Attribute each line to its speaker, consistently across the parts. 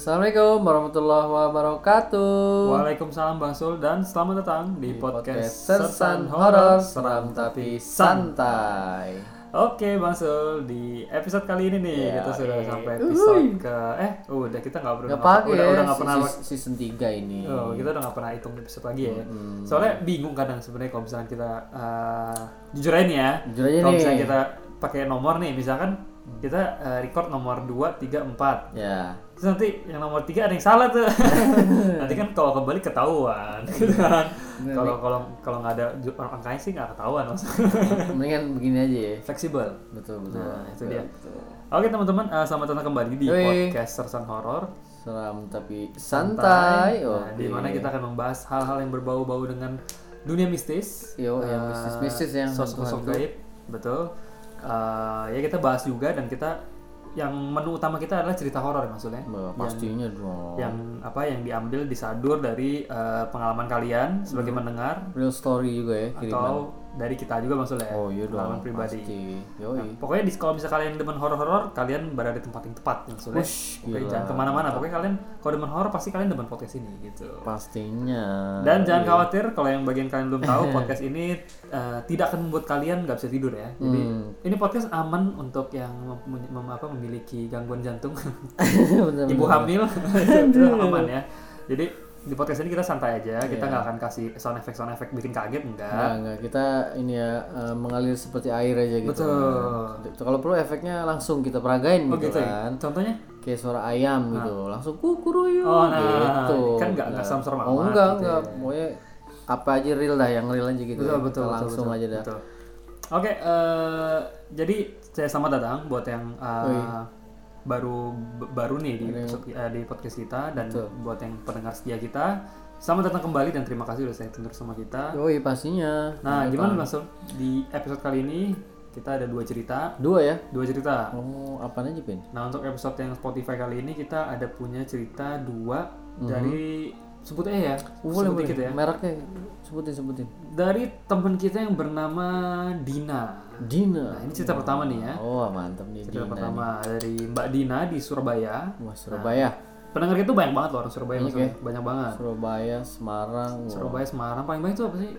Speaker 1: Assalamualaikum warahmatullahi wabarakatuh.
Speaker 2: Waalaikumsalam Bang Sul dan selamat datang
Speaker 1: Di
Speaker 2: di, podcast,
Speaker 1: Sersan Horor Seram Tapi Santai.
Speaker 2: Oke Bang Sul, di episode kali ini nih
Speaker 1: Ya,
Speaker 2: kita sudah
Speaker 1: oke.
Speaker 2: sampai episode ke eh udah kita nggak pernah
Speaker 1: Gak pakai
Speaker 2: udah
Speaker 1: ya
Speaker 2: udah nggak pernah
Speaker 1: se- season 3 ini.
Speaker 2: Oh, kita udah nggak pernah hitung episode lagi ya. Soalnya bingung kadang sebenarnya kalau misalkan kita eh, jujur aja nih ya.
Speaker 1: Jujur aja
Speaker 2: kalau
Speaker 1: nih.
Speaker 2: misalkan kita pakai nomor nih, misalkan kita eh, record nomor 2, 3, 4.
Speaker 1: Ya.
Speaker 2: Terus nanti yang nomor 3 ada yang salah tuh. nanti kan kalau kebalik ketahuan.
Speaker 1: Iya.
Speaker 2: gitu kan. Kalau kalau kalau nggak ada ju- angkanya sih nggak ketahuan maksudnya.
Speaker 1: Mendingan begini aja ya.
Speaker 2: Fleksibel.
Speaker 1: Betul betul.
Speaker 2: Nah, itu dia.
Speaker 1: Betul.
Speaker 2: Oke teman-teman, eh, selamat datang kembali di
Speaker 1: Yoi.
Speaker 2: podcast Sersan Horor.
Speaker 1: Seram tapi santai.
Speaker 2: Nah,
Speaker 1: Oke.
Speaker 2: di mana kita akan membahas hal-hal yang berbau-bau dengan dunia mistis.
Speaker 1: Yo, yang
Speaker 2: Eh,
Speaker 1: mistis-mistis yang
Speaker 2: sosok-sosok
Speaker 1: hantu-hantu.
Speaker 2: gaib, betul. Eh, ya kita bahas juga dan kita yang menu utama kita adalah cerita horor ya, maksudnya.
Speaker 1: Bah, pastinya dong.
Speaker 2: Yang apa yang diambil disadur dari eh, pengalaman kalian sebagai
Speaker 1: Hmm.
Speaker 2: mendengar
Speaker 1: Real story juga ya kiriman.
Speaker 2: atau dari kita juga maksudnya.
Speaker 1: Oh, iya
Speaker 2: pengalaman
Speaker 1: dong.
Speaker 2: pribadi.
Speaker 1: Pasti.
Speaker 2: Nah,
Speaker 1: Yoi.
Speaker 2: pokoknya di kalau misalnya kalian demen horor-horor, kalian berada di tempat yang tepat maksudnya.
Speaker 1: Wush,
Speaker 2: Oke,
Speaker 1: gila.
Speaker 2: jangan kemana-mana. Pokoknya kalian kalau demen horor pasti kalian demen podcast ini gitu.
Speaker 1: Pastinya.
Speaker 2: Dan
Speaker 1: iya.
Speaker 2: jangan khawatir kalau yang bagian kalian belum tahu podcast ini eh, tidak akan membuat kalian nggak bisa tidur ya. Jadi
Speaker 1: Hmm.
Speaker 2: ini podcast aman untuk yang mem- mem- apa, memiliki gangguan jantung,
Speaker 1: Bener-bener.
Speaker 2: ibu hamil itu aman ya. Jadi di podcast ini kita santai aja, kita
Speaker 1: Iya.
Speaker 2: nggak akan kasih sound effect sound effect bikin kaget enggak.
Speaker 1: Enggak, Nah, enggak. Kita ini ya eh, mengalir seperti air aja gitu.
Speaker 2: Betul.
Speaker 1: Itu Kalau perlu efeknya langsung kita peragain
Speaker 2: Oh
Speaker 1: gitu,
Speaker 2: gitu ya.
Speaker 1: kan.
Speaker 2: Contohnya?
Speaker 1: Kayak suara ayam gitu. Langsung kukuruyuk
Speaker 2: Oh, nah,
Speaker 1: gitu.
Speaker 2: kan nggak- nggak serem-serem
Speaker 1: Oh
Speaker 2: amat
Speaker 1: enggak,
Speaker 2: gitu
Speaker 1: enggak. Pokoknya apa aja real dah, yang real aja gitu. Kita
Speaker 2: Betul betul betul,
Speaker 1: langsung
Speaker 2: betul,
Speaker 1: aja dah.
Speaker 2: betul. Oke, eh, jadi saya selamat datang buat yang eh, baru b- baru nih di episode- eh, di podcast kita dan buat yang pendengar setia kita. Selamat datang kembali dan terima kasih sudah saya tunduk sama kita.
Speaker 1: Yoi, pastinya.
Speaker 2: Nah, gimana Mas Sul? Di episode kali ini kita ada dua cerita,
Speaker 1: Dua ya.
Speaker 2: dua cerita.
Speaker 1: Oh, apa aja, Pin?
Speaker 2: Nah, untuk episode yang Spotify kali ini kita ada punya cerita dua
Speaker 1: Mhm.
Speaker 2: dari sebut aja ya, sebut dikit ya.
Speaker 1: Mereknya sebutin sebutin.
Speaker 2: Dari teman kita yang bernama Dina.
Speaker 1: Dina.
Speaker 2: Nah, ini cerita pertama nih ya.
Speaker 1: Oh, mantap nih
Speaker 2: Cerita
Speaker 1: Dina.
Speaker 2: pertama dari Mbak Dina di Surabaya.
Speaker 1: Wah, Surabaya.
Speaker 2: Pendengar kita tuh banyak banget loh orang Surabaya,
Speaker 1: Iya,
Speaker 2: maksudnya. banyak banget.
Speaker 1: Surabaya, Semarang, wah.
Speaker 2: Surabaya, Semarang, paling banyak tuh apa sih?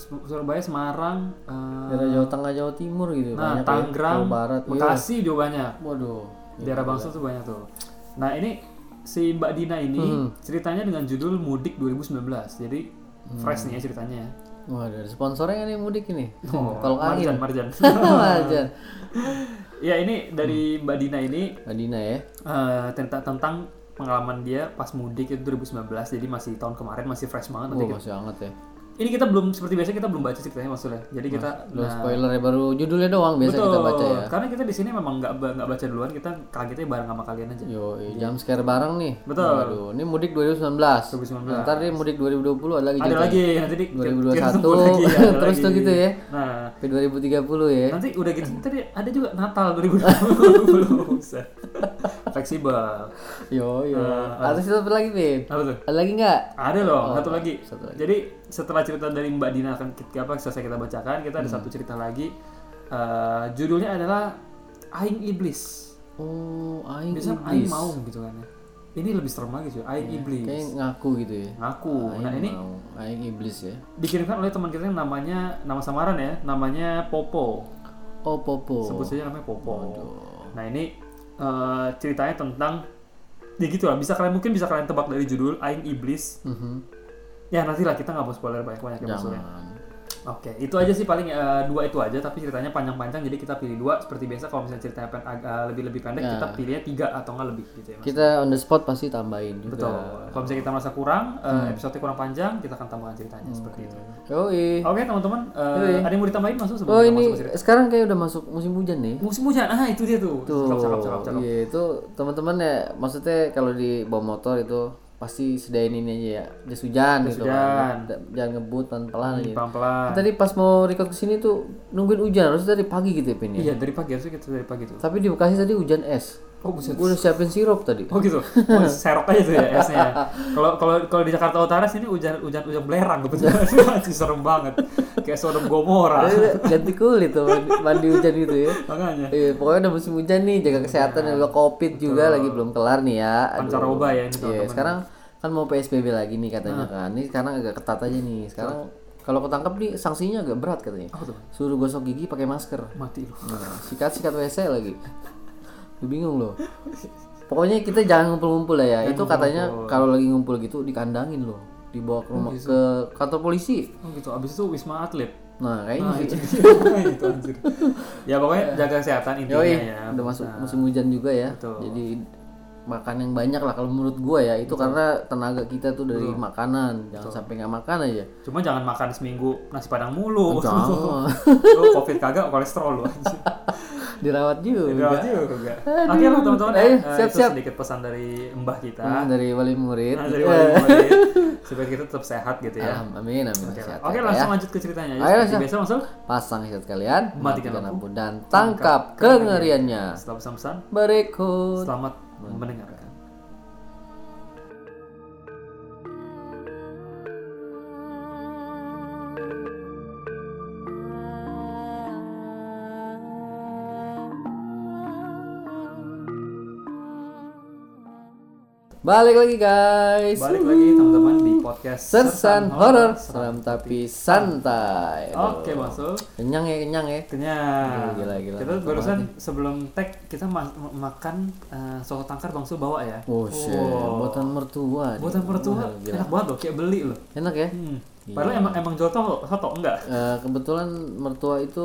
Speaker 2: Sur- Surabaya, Semarang, eh,
Speaker 1: daerah Jawa Tengah, Jawa Timur gitu
Speaker 2: nah,
Speaker 1: banyak ya.
Speaker 2: Tangerang,
Speaker 1: Jawa Barat, iya.
Speaker 2: Bekasi juga banyak.
Speaker 1: Waduh.
Speaker 2: Daerah Bangsa tuh banyak tuh. Nah ini si Mbak Dina ini
Speaker 1: Hmm.
Speaker 2: ceritanya dengan judul Mudik 2019. Jadi
Speaker 1: Hmm.
Speaker 2: fresh nih ya ceritanya. ya.
Speaker 1: Wah, ada sponsornya nih mudik ini.
Speaker 2: Oh,
Speaker 1: Tolong angin.
Speaker 2: Marjan, Marjan.
Speaker 1: Wajar.
Speaker 2: ya ini dari
Speaker 1: Hmm.
Speaker 2: Mbak Dina ini
Speaker 1: Dina ya.
Speaker 2: Eh, tentang tentang pengalaman dia pas mudik itu 2019 jadi masih tahun kemarin masih fresh banget nanti
Speaker 1: Wah,
Speaker 2: kita-
Speaker 1: masih hangat ya.
Speaker 2: ini kita belum seperti biasa kita belum baca ceritanya maksudnya jadi kita
Speaker 1: Lo spoiler ya baru judulnya doang biasa
Speaker 2: Nah. betul
Speaker 1: kita baca ya.
Speaker 2: karena kita di sini memang nggak ba- nggak baca duluan kita kagetnya bareng sama kalian aja
Speaker 1: Yo, jam scare bareng nih.
Speaker 2: Betul.
Speaker 1: Waduh, ini mudik 2019.
Speaker 2: 2019.
Speaker 1: Ntar nih mudik 2020 ada lagi
Speaker 2: ada
Speaker 1: juga.
Speaker 2: lagi nanti di- kita- kita
Speaker 1: 2021.
Speaker 2: sebut lagi, ada
Speaker 1: Terus
Speaker 2: lagi.
Speaker 1: tuh gitu ya.
Speaker 2: nah
Speaker 1: Sampai 2030 ya.
Speaker 2: nanti udah gitu tadi ada juga Natal 2020 Buset. fleksibel
Speaker 1: Yo, yo.
Speaker 2: Eh,
Speaker 1: Harus satu lagi, Beb.
Speaker 2: apa tuh
Speaker 1: Ada lagi nggak?
Speaker 2: Ada loh, Oh, satu, lagi. Jadi setelah cerita dari Mbak Dina akan kita, apa selesai kita bacakan, kita ada satu cerita lagi. Eh, judulnya adalah Aing Iblis.
Speaker 1: Oh, aing
Speaker 2: Biasanya Aing mau gitu kan. ya. Ini lebih serem lagi cuy, Aing Iblis.
Speaker 1: kayak ngaku gitu ya.
Speaker 2: Ngaku. Nah, ini
Speaker 1: Mau. Aing iblis ya.
Speaker 2: dikirimkan oleh teman kita yang namanya nama samaran ya, namanya Popo.
Speaker 1: Oh, popo.
Speaker 2: Sebut saja namanya Popo. Nah, ini eh, ceritanya tentang ya gitu lah, bisa kalian mungkin bisa kalian tebak dari judul Aing Iblis.
Speaker 1: Mhm.
Speaker 2: Ya nantilah kita nggak mau spoiler banyak-banyak ya maksudnya.
Speaker 1: Jangan.
Speaker 2: Oke, itu aja sih paling eh, dua itu aja, tapi ceritanya panjang-panjang, jadi kita pilih dua. Seperti biasa kalau misalnya ceritanya pen- ag- eh, lebih-lebih pendek, kita
Speaker 1: Nah.
Speaker 2: pilihnya tiga atau nggak lebih gitu ya. Mas.
Speaker 1: Kita on the spot pasti tambahin juga.
Speaker 2: Betul. Kalau misalnya kita merasa kurang, eh,
Speaker 1: Hmm.
Speaker 2: episode kurang panjang, kita akan tambahkan ceritanya seperti itu.
Speaker 1: Yoi.
Speaker 2: Oke teman-teman, eh, ada yang mau ditambahin masuk sebelum
Speaker 1: Hmm. Oh,
Speaker 2: kita
Speaker 1: ini
Speaker 2: masuk ya? ke cerita?
Speaker 1: sekarang kayak udah masuk musim hujan nih.
Speaker 2: Musim hujan, ah itu dia tuh.
Speaker 1: Tuh,
Speaker 2: Cakep, cakep, cakep, cakep.
Speaker 1: iya itu teman-teman ya maksudnya kalau di bawa motor itu pasti sedain ini aja ya jas hujan gitu
Speaker 2: hujan.
Speaker 1: kan. Da- jangan ngebut pelan-pelan gitu. aja
Speaker 2: Pelan-pelan.
Speaker 1: Nah, tadi pas mau record kesini tuh nungguin hujan harus dari pagi gitu ya Pin ya
Speaker 2: Iya dari pagi harusnya kita dari pagi tuh.
Speaker 1: tapi di Bekasi tadi hujan es
Speaker 2: Oh buset.
Speaker 1: Gue udah siapin sirup tadi.
Speaker 2: Oh gitu. Oh, serok aja tuh ya esnya. ya. Kalau kalau kalau di Jakarta Utara sini hujan hujan hujan belerang kebetulan sih serem banget. Kayak Sodom Gomora.
Speaker 1: Jadi ganti kulit tuh mandi, mandi hujan gitu ya.
Speaker 2: Makanya.
Speaker 1: Iya, pokoknya udah musim hujan nih, jaga kesehatan ya. udah Covid juga lagi belum kelar nih ya. Aduh.
Speaker 2: Iya. Pancaroba ya ini
Speaker 1: Iya,
Speaker 2: teman-teman. Nah.
Speaker 1: sekarang kan mau PSBB lagi nih katanya kan. Ini sekarang agak ketat aja nih. Sekarang kalau ketangkap nih sanksinya agak berat katanya.
Speaker 2: Apa tuh?
Speaker 1: Suruh gosok gigi pakai masker.
Speaker 2: Mati lu.
Speaker 1: Nah, sikat-sikat WC lagi. Lu bingung loh. Pokoknya kita jangan ngumpul-ngumpul lah ya. itu katanya kalau lagi ngumpul gitu dikandangin loh, dibawa ke rumah ke kantor polisi.
Speaker 2: Oh gitu. Abis itu Wisma Atlet.
Speaker 1: Nah, kayaknya
Speaker 2: Nah,
Speaker 1: gitu.
Speaker 2: itu itu anjir. Ya pokoknya jaga kesehatan intinya
Speaker 1: Yoi,
Speaker 2: ya.
Speaker 1: udah masuk musim hujan juga ya.
Speaker 2: Betul.
Speaker 1: Jadi makan yang banyak lah kalau menurut gua ya. Itu karena tenaga kita tuh dari makanan. Jangan sampai nggak makan aja.
Speaker 2: Cuma jangan makan seminggu nasi padang mulu.
Speaker 1: Jangan.
Speaker 2: Lu covid kagak kolesterol lu anjir.
Speaker 1: Dirawat juga.
Speaker 2: Gawat juga. Oke lah teman-teman.
Speaker 1: Ayo,
Speaker 2: Eh,
Speaker 1: siap-siap.
Speaker 2: Itu sedikit pesan dari mbah kita.
Speaker 1: Hmm, Dari wali murid.
Speaker 2: Nah, dari wali murid. Supaya kita tetap sehat gitu ya.
Speaker 1: Alham- Amin, amin.
Speaker 2: Oke,
Speaker 1: Sehat, sehat
Speaker 2: Oke
Speaker 1: ya.
Speaker 2: langsung lanjut ke ceritanya. Ya,
Speaker 1: Ayo,
Speaker 2: seperti
Speaker 1: siap.
Speaker 2: biasa langsung.
Speaker 1: Pasang headset kalian,
Speaker 2: Matikan
Speaker 1: matikan
Speaker 2: lampu,
Speaker 1: lampu, dan tangkap kengeriannya.
Speaker 2: Setelah pesan-pesan,
Speaker 1: Berikut.
Speaker 2: selamat mendengarkan.
Speaker 1: Balik lagi guys.
Speaker 2: Balik lagi teman-teman di podcast
Speaker 1: Sersan Horor,
Speaker 2: Seram.
Speaker 1: seram tapi santai.
Speaker 2: Oke, masuk.
Speaker 1: Kenyang ya, kenyang ya.
Speaker 2: Kenyang.
Speaker 1: Gila, gila,
Speaker 2: Kita
Speaker 1: mantap
Speaker 2: barusan sebelum tag kita ma- ma- makan eh, soto tangkar Bang Su bawa ya.
Speaker 1: Oh, shit. buatan mertua. nih.
Speaker 2: Buatan mertua
Speaker 1: Wah, gila.
Speaker 2: enak banget loh, kayak beli loh.
Speaker 1: Enak ya.
Speaker 2: Hmm. Padahal emang emang jual tau- soto enggak?
Speaker 1: Eh, kebetulan mertua itu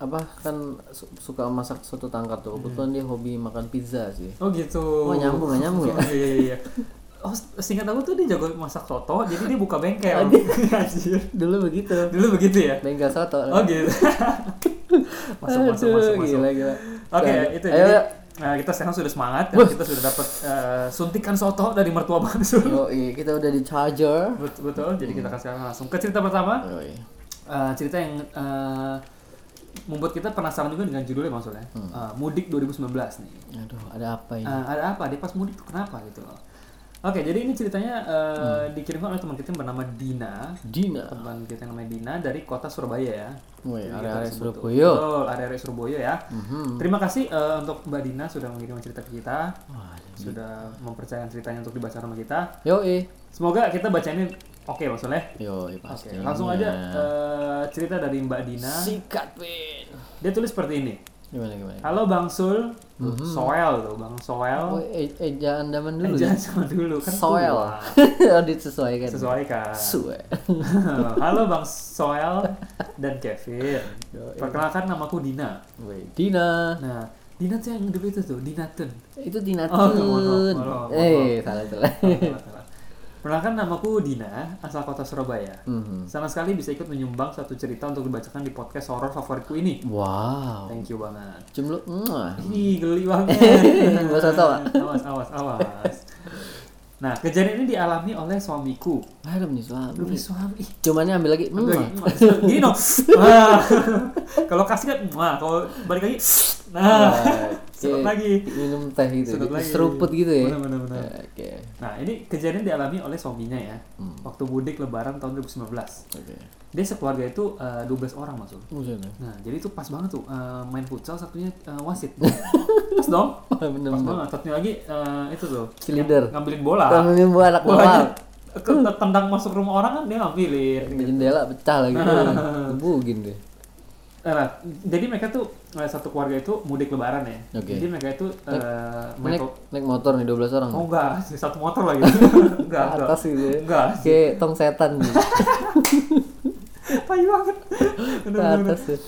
Speaker 1: apa kan su- suka masak soto tangkar
Speaker 2: Hmm.
Speaker 1: tuh. Kebetulan dia hobi makan pizza sih.
Speaker 2: Oh gitu.
Speaker 1: Oh, nyambung, nggak nyambung ya?
Speaker 2: Oh, iya iya iya. Oh, singkat aku tuh dia jago masak soto, jadi dia buka bengkel. Anjir.
Speaker 1: Dulu begitu.
Speaker 2: Dulu begitu ya?
Speaker 1: Bengkel soto.
Speaker 2: Oh gitu. masuk,
Speaker 1: Nah, Aduh,
Speaker 2: masuk, masuk, masuk.
Speaker 1: Gila, gila.
Speaker 2: Oke,
Speaker 1: Lanjut.
Speaker 2: itu
Speaker 1: Ayo,
Speaker 2: jadi
Speaker 1: ayo.
Speaker 2: nah, kita sekarang sudah semangat dan kita sudah dapat eh, suntikan soto dari mertua Bang Sul.
Speaker 1: Yoi, kita udah di charger.
Speaker 2: Betul, betul. Jadi kita akan sekarang langsung ke cerita pertama.
Speaker 1: Yoi.
Speaker 2: Eh, cerita yang eh, membuat kita penasaran juga dengan judulnya maksudnya.
Speaker 1: Hmm.
Speaker 2: Eh, Mudik 2019 nih.
Speaker 1: Aduh, ada apa ini?
Speaker 2: Eh, ada apa? Dia pas mudik tuh kenapa gitu loh. Oke, jadi ini ceritanya
Speaker 1: Hmm.
Speaker 2: eh, dikirimkan oleh teman kita yang bernama Dina.
Speaker 1: Dina.
Speaker 2: Teman kita yang namanya Dina dari kota Surabaya ya.
Speaker 1: Woi, Oh
Speaker 2: Jadi
Speaker 1: iya, area-area
Speaker 2: kita sebut-
Speaker 1: Surabaya. Hmm.
Speaker 2: Betul, area-area Surabaya ya. Terima kasih eh, untuk Mbak Dina sudah mengirim cerita ke kita. Sudah mempercayakan ceritanya untuk dibaca sama kita.
Speaker 1: Yoi.
Speaker 2: Semoga kita bacainnya oke Bang Soleh.
Speaker 1: Yoi,
Speaker 2: Oke,
Speaker 1: pasti.
Speaker 2: langsung aja eh, cerita dari Mbak Dina.
Speaker 1: Sikat, Win.
Speaker 2: Dia tulis seperti ini.
Speaker 1: Gimana, gimana?
Speaker 2: Halo Bang Sul, Tuh, Soel tuh Bang Soel. Eh,
Speaker 1: Oh, e- ejaan daman Hmm. dulu
Speaker 2: Jangan
Speaker 1: ya?
Speaker 2: sama dulu kan
Speaker 1: Soel.
Speaker 2: tua.
Speaker 1: oh, disesuaikan.
Speaker 2: Sesuaikan.
Speaker 1: Sue.
Speaker 2: kan? Halo Bang Soel dan Kevin. Perkenalkan namaku Dina.
Speaker 1: Woi, Dina.
Speaker 2: Nah, Dina tuh yang dulu itu tuh, Dinatun.
Speaker 1: Itu Dina
Speaker 2: Oh,
Speaker 1: Tun.
Speaker 2: mohon maaf, mohon maaf,
Speaker 1: Eh, salah salah.
Speaker 2: Salah, salah. Perkenalkan namaku Dina, asal kota Surabaya.
Speaker 1: Mhm.
Speaker 2: Sama sekali bisa ikut menyumbang satu cerita untuk dibacakan di podcast horor favoritku ini.
Speaker 1: Wow.
Speaker 2: Thank you banget.
Speaker 1: Cium lu. Mwah.
Speaker 2: Ih, geli banget.
Speaker 1: Gak usah tawa.
Speaker 2: awas, awas, awas. Nah, kejadian ini dialami oleh suamiku.
Speaker 1: Aduh, nih suami.
Speaker 2: Demi suami.
Speaker 1: Cuman ini ambil lagi.
Speaker 2: Aduh,
Speaker 1: Mwah.
Speaker 2: gini, Gini dong. Wah. Kalau kasih kan, wah, kalau balik lagi, nah, sedot
Speaker 1: Oke,
Speaker 2: lagi.
Speaker 1: Minum teh gitu.
Speaker 2: Sedot lagi.
Speaker 1: Seruput gitu ya.
Speaker 2: Benar, benar, benar.
Speaker 1: Oke.
Speaker 2: Nah, ini kejadian dialami oleh suaminya ya.
Speaker 1: Hmm.
Speaker 2: Waktu mudik lebaran tahun 2019.
Speaker 1: Oke.
Speaker 2: Dia sekeluarga itu eh, 12 orang masuk.
Speaker 1: Buset.
Speaker 2: Nah, jadi itu pas banget tuh eh, main futsal satunya eh, wasit. pas dong.
Speaker 1: Bener
Speaker 2: Pas
Speaker 1: bener.
Speaker 2: banget. Satunya lagi eh, itu tuh.
Speaker 1: Cheerleader.
Speaker 2: yang Ngambilin bola.
Speaker 1: Tangannya buat anak
Speaker 2: Bolanya
Speaker 1: bawang.
Speaker 2: ke tendang masuk rumah orang kan dia ngambilin.
Speaker 1: Di jendela pecah lagi. Bugin deh.
Speaker 2: Nah, jadi mereka tuh eh, satu keluarga itu mudik lebaran ya.
Speaker 1: Oke.
Speaker 2: Jadi mereka itu eh,
Speaker 1: Naik,
Speaker 2: main to-
Speaker 1: naik motor nih 12 orang.
Speaker 2: Oh enggak, satu motor lagi.
Speaker 1: Ke
Speaker 2: enggak, enggak.
Speaker 1: atas gitu ya.
Speaker 2: Enggak.
Speaker 1: Kayak tong setan nih.
Speaker 2: Payu banget.
Speaker 1: Ke
Speaker 2: Bener, bener.
Speaker 1: atas tuh.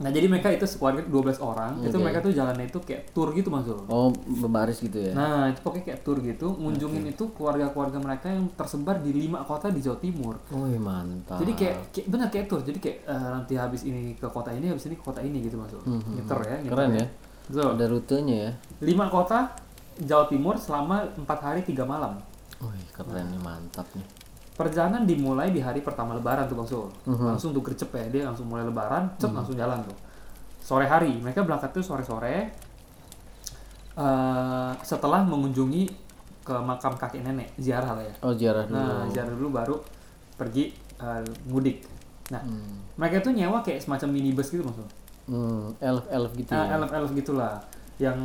Speaker 2: Nah, jadi mereka itu sekeluarga 12 orang, itu
Speaker 1: Oke.
Speaker 2: mereka tuh jalannya itu kayak tour gitu Mas Zul.
Speaker 1: Oh, berbaris gitu ya.
Speaker 2: Nah, itu pokoknya kayak tour gitu, ngunjungin itu keluarga-keluarga mereka yang tersebar di lima kota di Jawa Timur.
Speaker 1: Wih, mantap.
Speaker 2: Jadi kayak, kayak benar kayak tour. Jadi kayak eh, nanti habis ini ke kota ini, habis ini ke kota ini gitu Mas Zul. Ngiter ya, ngiter
Speaker 1: Hmm, keren ya.
Speaker 2: Betul.
Speaker 1: Ada rutenya ya.
Speaker 2: lima kota Jawa Timur selama empat hari tiga malam.
Speaker 1: Wih, keren nih, mantap nih.
Speaker 2: Perjalanan dimulai di hari pertama Lebaran tuh Bang Sul.
Speaker 1: Mhm.
Speaker 2: Langsung tuh gercep ya, dia langsung mulai Lebaran, cep langsung jalan tuh. Sore hari, mereka berangkat tuh sore-sore. eh, setelah mengunjungi ke makam kakek nenek ziarah lah ya
Speaker 1: Oh ziarah dulu.
Speaker 2: nah ziarah dulu baru pergi eh, mudik nah
Speaker 1: Mhm.
Speaker 2: mereka tuh nyewa kayak semacam minibus gitu maksudnya
Speaker 1: Hmm, elf elf gitu.
Speaker 2: Nah,
Speaker 1: ya.
Speaker 2: elf elf gitulah yang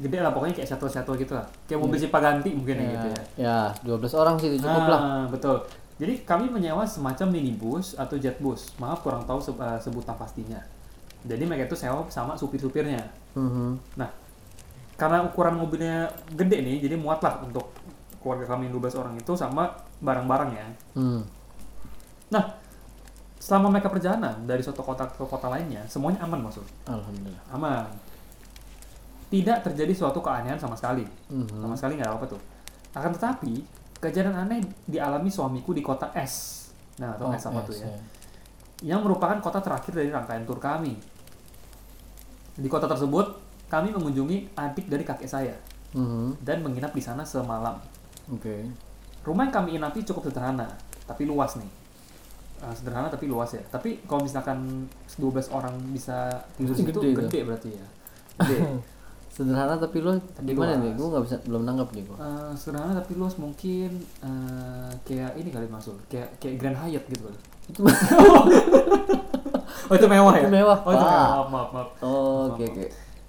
Speaker 2: gede lah pokoknya kayak shuttle shuttle gitu lah kayak mobil cipaganti mungkin ya gitu ya
Speaker 1: Ya, 12 orang sih itu Iya. cukup lah.
Speaker 2: Ah, betul. Jadi kami menyewa semacam minibus atau jetbus. Maaf kurang tahu se- eh, sebutan pastinya. Jadi mereka itu sewa sama supir-supirnya.
Speaker 1: Mhm.
Speaker 2: Nah, karena ukuran mobilnya gede nih, jadi muatlah untuk keluarga kami yang 12 orang itu sama ya. barang-barangnya.
Speaker 1: Hmm.
Speaker 2: Nah, selama mereka perjalanan dari suatu kota ke kota lainnya, semuanya aman maksud.
Speaker 1: Alhamdulillah.
Speaker 2: Aman. Tidak terjadi suatu keanehan sama sekali.
Speaker 1: Mhm.
Speaker 2: Sama sekali nggak apa-apa tuh. Akan tetapi, kejadian aneh dialami suamiku di kota S. Nah, atau
Speaker 1: Oh,
Speaker 2: S apa
Speaker 1: yes,
Speaker 2: tuh ya. Yang merupakan kota terakhir dari rangkaian tur kami. Di kota tersebut, kami mengunjungi adik dari kakek saya
Speaker 1: Mhm.
Speaker 2: dan menginap di sana semalam.
Speaker 1: Oke.
Speaker 2: Rumah yang kami inapi cukup sederhana, tapi luas nih. Eh, sederhana tapi luas ya. Tapi kalau misalkan 12 orang bisa tidur di
Speaker 1: Berarti
Speaker 2: situ,
Speaker 1: gede
Speaker 2: gede,
Speaker 1: tuh.
Speaker 2: berarti ya. Gede.
Speaker 1: Sederhana tapi lu
Speaker 2: Tapi
Speaker 1: gimana
Speaker 2: luas.
Speaker 1: nih? Gua nggak bisa belum nanggap nih gua.
Speaker 2: Eh, sederhana tapi luas mungkin eh, kayak ini kali masuk kayak kayak Grand Hyatt gitu kali.
Speaker 1: Itu
Speaker 2: Oh itu mewah ya?
Speaker 1: Itu mewah,
Speaker 2: Oh itu
Speaker 1: Pak.
Speaker 2: mewah. Maaf, maaf, maaf.
Speaker 1: Oh, oke oke.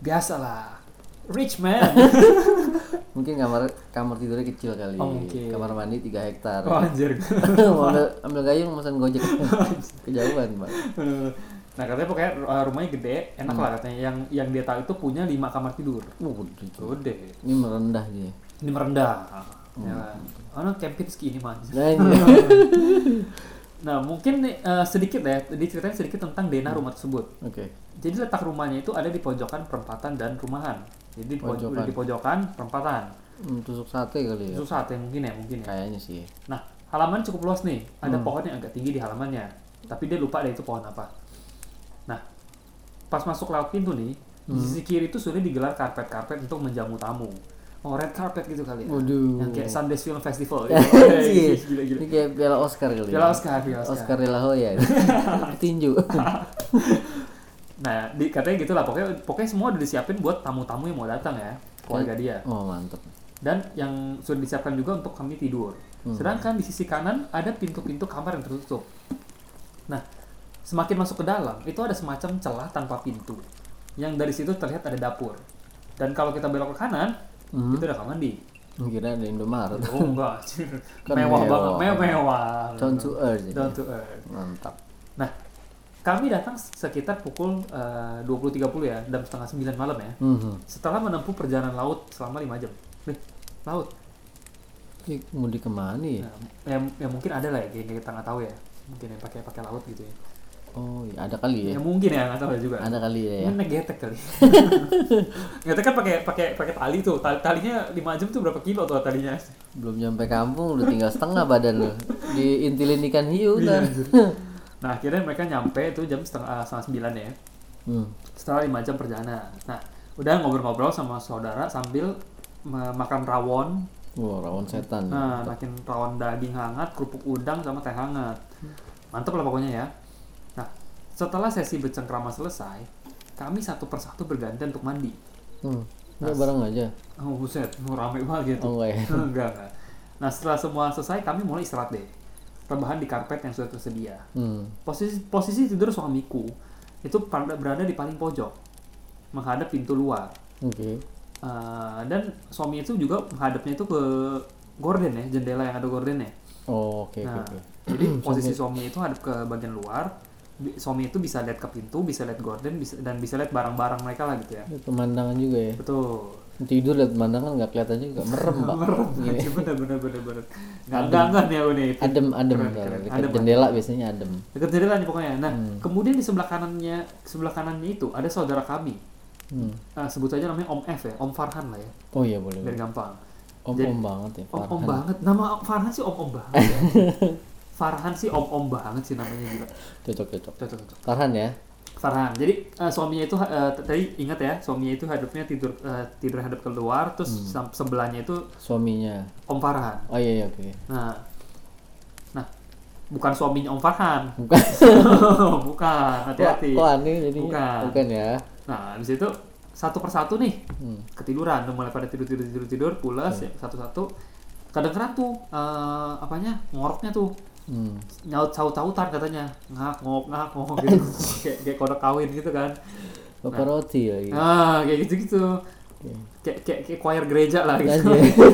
Speaker 2: Biasalah. Rich man.
Speaker 1: Mungkin kamar kamar tidurnya kecil kali.
Speaker 2: Oh, mungkin.
Speaker 1: Kamar mandi 3 hektar.
Speaker 2: oh, anjir.
Speaker 1: Mau ambil, ambil gayung pesan Gojek. Kejauhan, Pak.
Speaker 2: nah katanya pokoknya eh, rumahnya gede, enak lah katanya. Yang yang dia tahu itu punya lima kamar tidur.
Speaker 1: Uh, gede.
Speaker 2: Gede.
Speaker 1: Ini merendah dia.
Speaker 2: Ini merendah. Ya. Oh, no, Kempinski ini mah.
Speaker 1: Nah, ini.
Speaker 2: iya. Nah mungkin nih, eh, sedikit ya, diceritain sedikit tentang denah rumah tersebut.
Speaker 1: Oke.
Speaker 2: Jadi letak rumahnya itu ada di pojokan perempatan dan rumahan. Jadi di poj-
Speaker 1: Pojokan.
Speaker 2: udah di pojokan perempatan.
Speaker 1: Hmm, Tusuk sate kali ya.
Speaker 2: Itu saat yang mungkin ya mungkin ya.
Speaker 1: Kayaknya sih.
Speaker 2: Nah halaman cukup luas nih.
Speaker 1: Hmm.
Speaker 2: Ada pohon yang agak tinggi di halamannya. Tapi dia lupa deh itu pohon apa. Nah pas masuk lewat pintu nih
Speaker 1: Hmm.
Speaker 2: di sisi kiri itu sudah digelar karpet-karpet untuk menjamu tamu. Oh red carpet gitu kali ya.
Speaker 1: Waduh.
Speaker 2: Yang kayak Sunday's Film Festival. Oh, iya,
Speaker 1: Anjir.
Speaker 2: Gila-gila.
Speaker 1: Ini kayak piala Oscar kali.
Speaker 2: gitu.
Speaker 1: ya?
Speaker 2: Piala Iya, Oscar, piala Oscar.
Speaker 1: Oscar de la Hoya. Tinju.
Speaker 2: Nah, di, katanya gitulah pokoknya pokoknya semua udah disiapin buat tamu-tamu yang mau datang ya, keluarga dia.
Speaker 1: Oh mantep.
Speaker 2: Dan yang sudah disiapkan juga untuk kami tidur.
Speaker 1: Hmm.
Speaker 2: Sedangkan di sisi kanan ada pintu-pintu kamar yang tertutup. Nah, semakin masuk ke dalam itu ada semacam celah tanpa pintu. Yang dari situ terlihat ada dapur. Dan kalau kita belok ke kanan,
Speaker 1: Hmm?
Speaker 2: itu ada kamar mandi.
Speaker 1: Kira ada Indomaret.
Speaker 2: Oh enggak,
Speaker 1: Kan
Speaker 2: mewah
Speaker 1: mewah.
Speaker 2: banget, mewah-mewah.
Speaker 1: Down to earth.
Speaker 2: Down
Speaker 1: ini.
Speaker 2: to earth.
Speaker 1: Mantap.
Speaker 2: Nah, kami datang sekitar pukul eh, 20.30 ya, jam setengah 9 malam ya.
Speaker 1: Mhm.
Speaker 2: Setelah menempuh perjalanan laut selama 5 jam. Nih, laut.
Speaker 1: Ini mudik kemana ya?
Speaker 2: Nah, ya, ya mungkin ada lah ya, kayak kayak kita nggak tahu ya. Mungkin yang pakai pakai laut gitu ya.
Speaker 1: Oh iya, ada kali ya.
Speaker 2: Ya mungkin ya, nggak tahu ya juga.
Speaker 1: Ada kali ya.
Speaker 2: Ini naik getek kali. getek kan pakai pakai pakai tali tuh. Tali, talinya 5 jam tuh berapa kilo tuh talinya.
Speaker 1: Belum nyampe kampung udah tinggal setengah badan lu. Diintilin ikan hiu ntar.
Speaker 2: Iya, anjir. Nah, akhirnya mereka nyampe itu jam setengah, setengah 9 ya.
Speaker 1: Hmm.
Speaker 2: setelah lima jam perjalanan. Nah, udah ngobrol-ngobrol sama saudara sambil me- makan rawon,
Speaker 1: Wah, rawan setan.
Speaker 2: nah, makin rawon daging hangat, kerupuk udang sama teh hangat. Mantep lah pokoknya ya. Nah, setelah sesi bercengkrama selesai, kami satu persatu bergantian untuk mandi. Nah.
Speaker 1: Hmm. Nggak bareng aja.
Speaker 2: Oh buset, oh, rame banget gitu.
Speaker 1: Oh enggak ya.
Speaker 2: enggak, enggak. Nah, setelah semua selesai, kami mulai istirahat deh. Rebahan di karpet yang sudah tersedia.
Speaker 1: Hmm.
Speaker 2: Posisi posisi tidur suamiku itu pada- berada di paling pojok, menghadap pintu luar.
Speaker 1: Oke.
Speaker 2: Uh, dan suami itu juga menghadapnya itu ke gorden ya, jendela yang ada gordennya.
Speaker 1: Oh, oke oke
Speaker 2: Nah,
Speaker 1: oke.
Speaker 2: jadi posisi suami itu hadap ke bagian luar, bi- suami itu bisa lihat ke pintu, bisa lihat gorden, bisa, dan bisa lihat barang-barang mereka lah gitu ya.
Speaker 1: Ini pemandangan juga ya.
Speaker 2: Betul.
Speaker 1: Tidur lihat pemandangan nggak kelihatan juga merem, Pak.
Speaker 2: Merem, anjir, bener bener bener bener. Nggak nggak nih aku nih.
Speaker 1: Iya. adem adem
Speaker 2: Keren,
Speaker 1: kalau
Speaker 2: keren.
Speaker 1: dekat
Speaker 2: Adem,
Speaker 1: jendela Hmm. biasanya adem
Speaker 2: Dekat jendela nih pokoknya. Nah, kemudian di sebelah kanannya, sebelah kanannya itu ada saudara kami.
Speaker 1: Hmm.
Speaker 2: Uh, sebut aja namanya Om F ya, Om Farhan lah ya,
Speaker 1: oh iya boleh
Speaker 2: biar gampang.
Speaker 1: om
Speaker 2: jadi-
Speaker 1: om banget ya
Speaker 2: Om om
Speaker 1: Farhan.
Speaker 2: banget. Nama Farhan sih om om banget. ya. Farhan sih om om banget sih namanya juga.
Speaker 1: cocok cocok
Speaker 2: Cocok cocok.
Speaker 1: Farhan ya
Speaker 2: Farhan. Jadi eh, suaminya itu eh, t- tadi ingat ya, suaminya itu hadapnya tidur eh, tidur hadap keluar, terus sam- sebelahnya itu
Speaker 1: suaminya
Speaker 2: Om Farhan.
Speaker 1: oh iya iya oke
Speaker 2: Nah, nah bukan suaminya Om Farhan.
Speaker 1: bukan kok,
Speaker 2: bukan. Hati-hati.
Speaker 1: kok aneh jadi
Speaker 2: Bukan.
Speaker 1: bukan ya Hmm,
Speaker 2: Nah, habis itu satu persatu nih ketiduran udah mulai pada tidur tidur tidur tidur pulas ya, satu-satu kadang-kadang tuh eh, apanya ngoroknya tuh
Speaker 1: Hmm.
Speaker 2: nyaut saut sautan katanya ngak ngok ngak ngok gitu kayak kayak kodok kawin gitu kan
Speaker 1: Paparotti lagi.
Speaker 2: ah kayak gitu gitu kayak kayak kayak choir gereja lah gitu
Speaker 1: Anjir.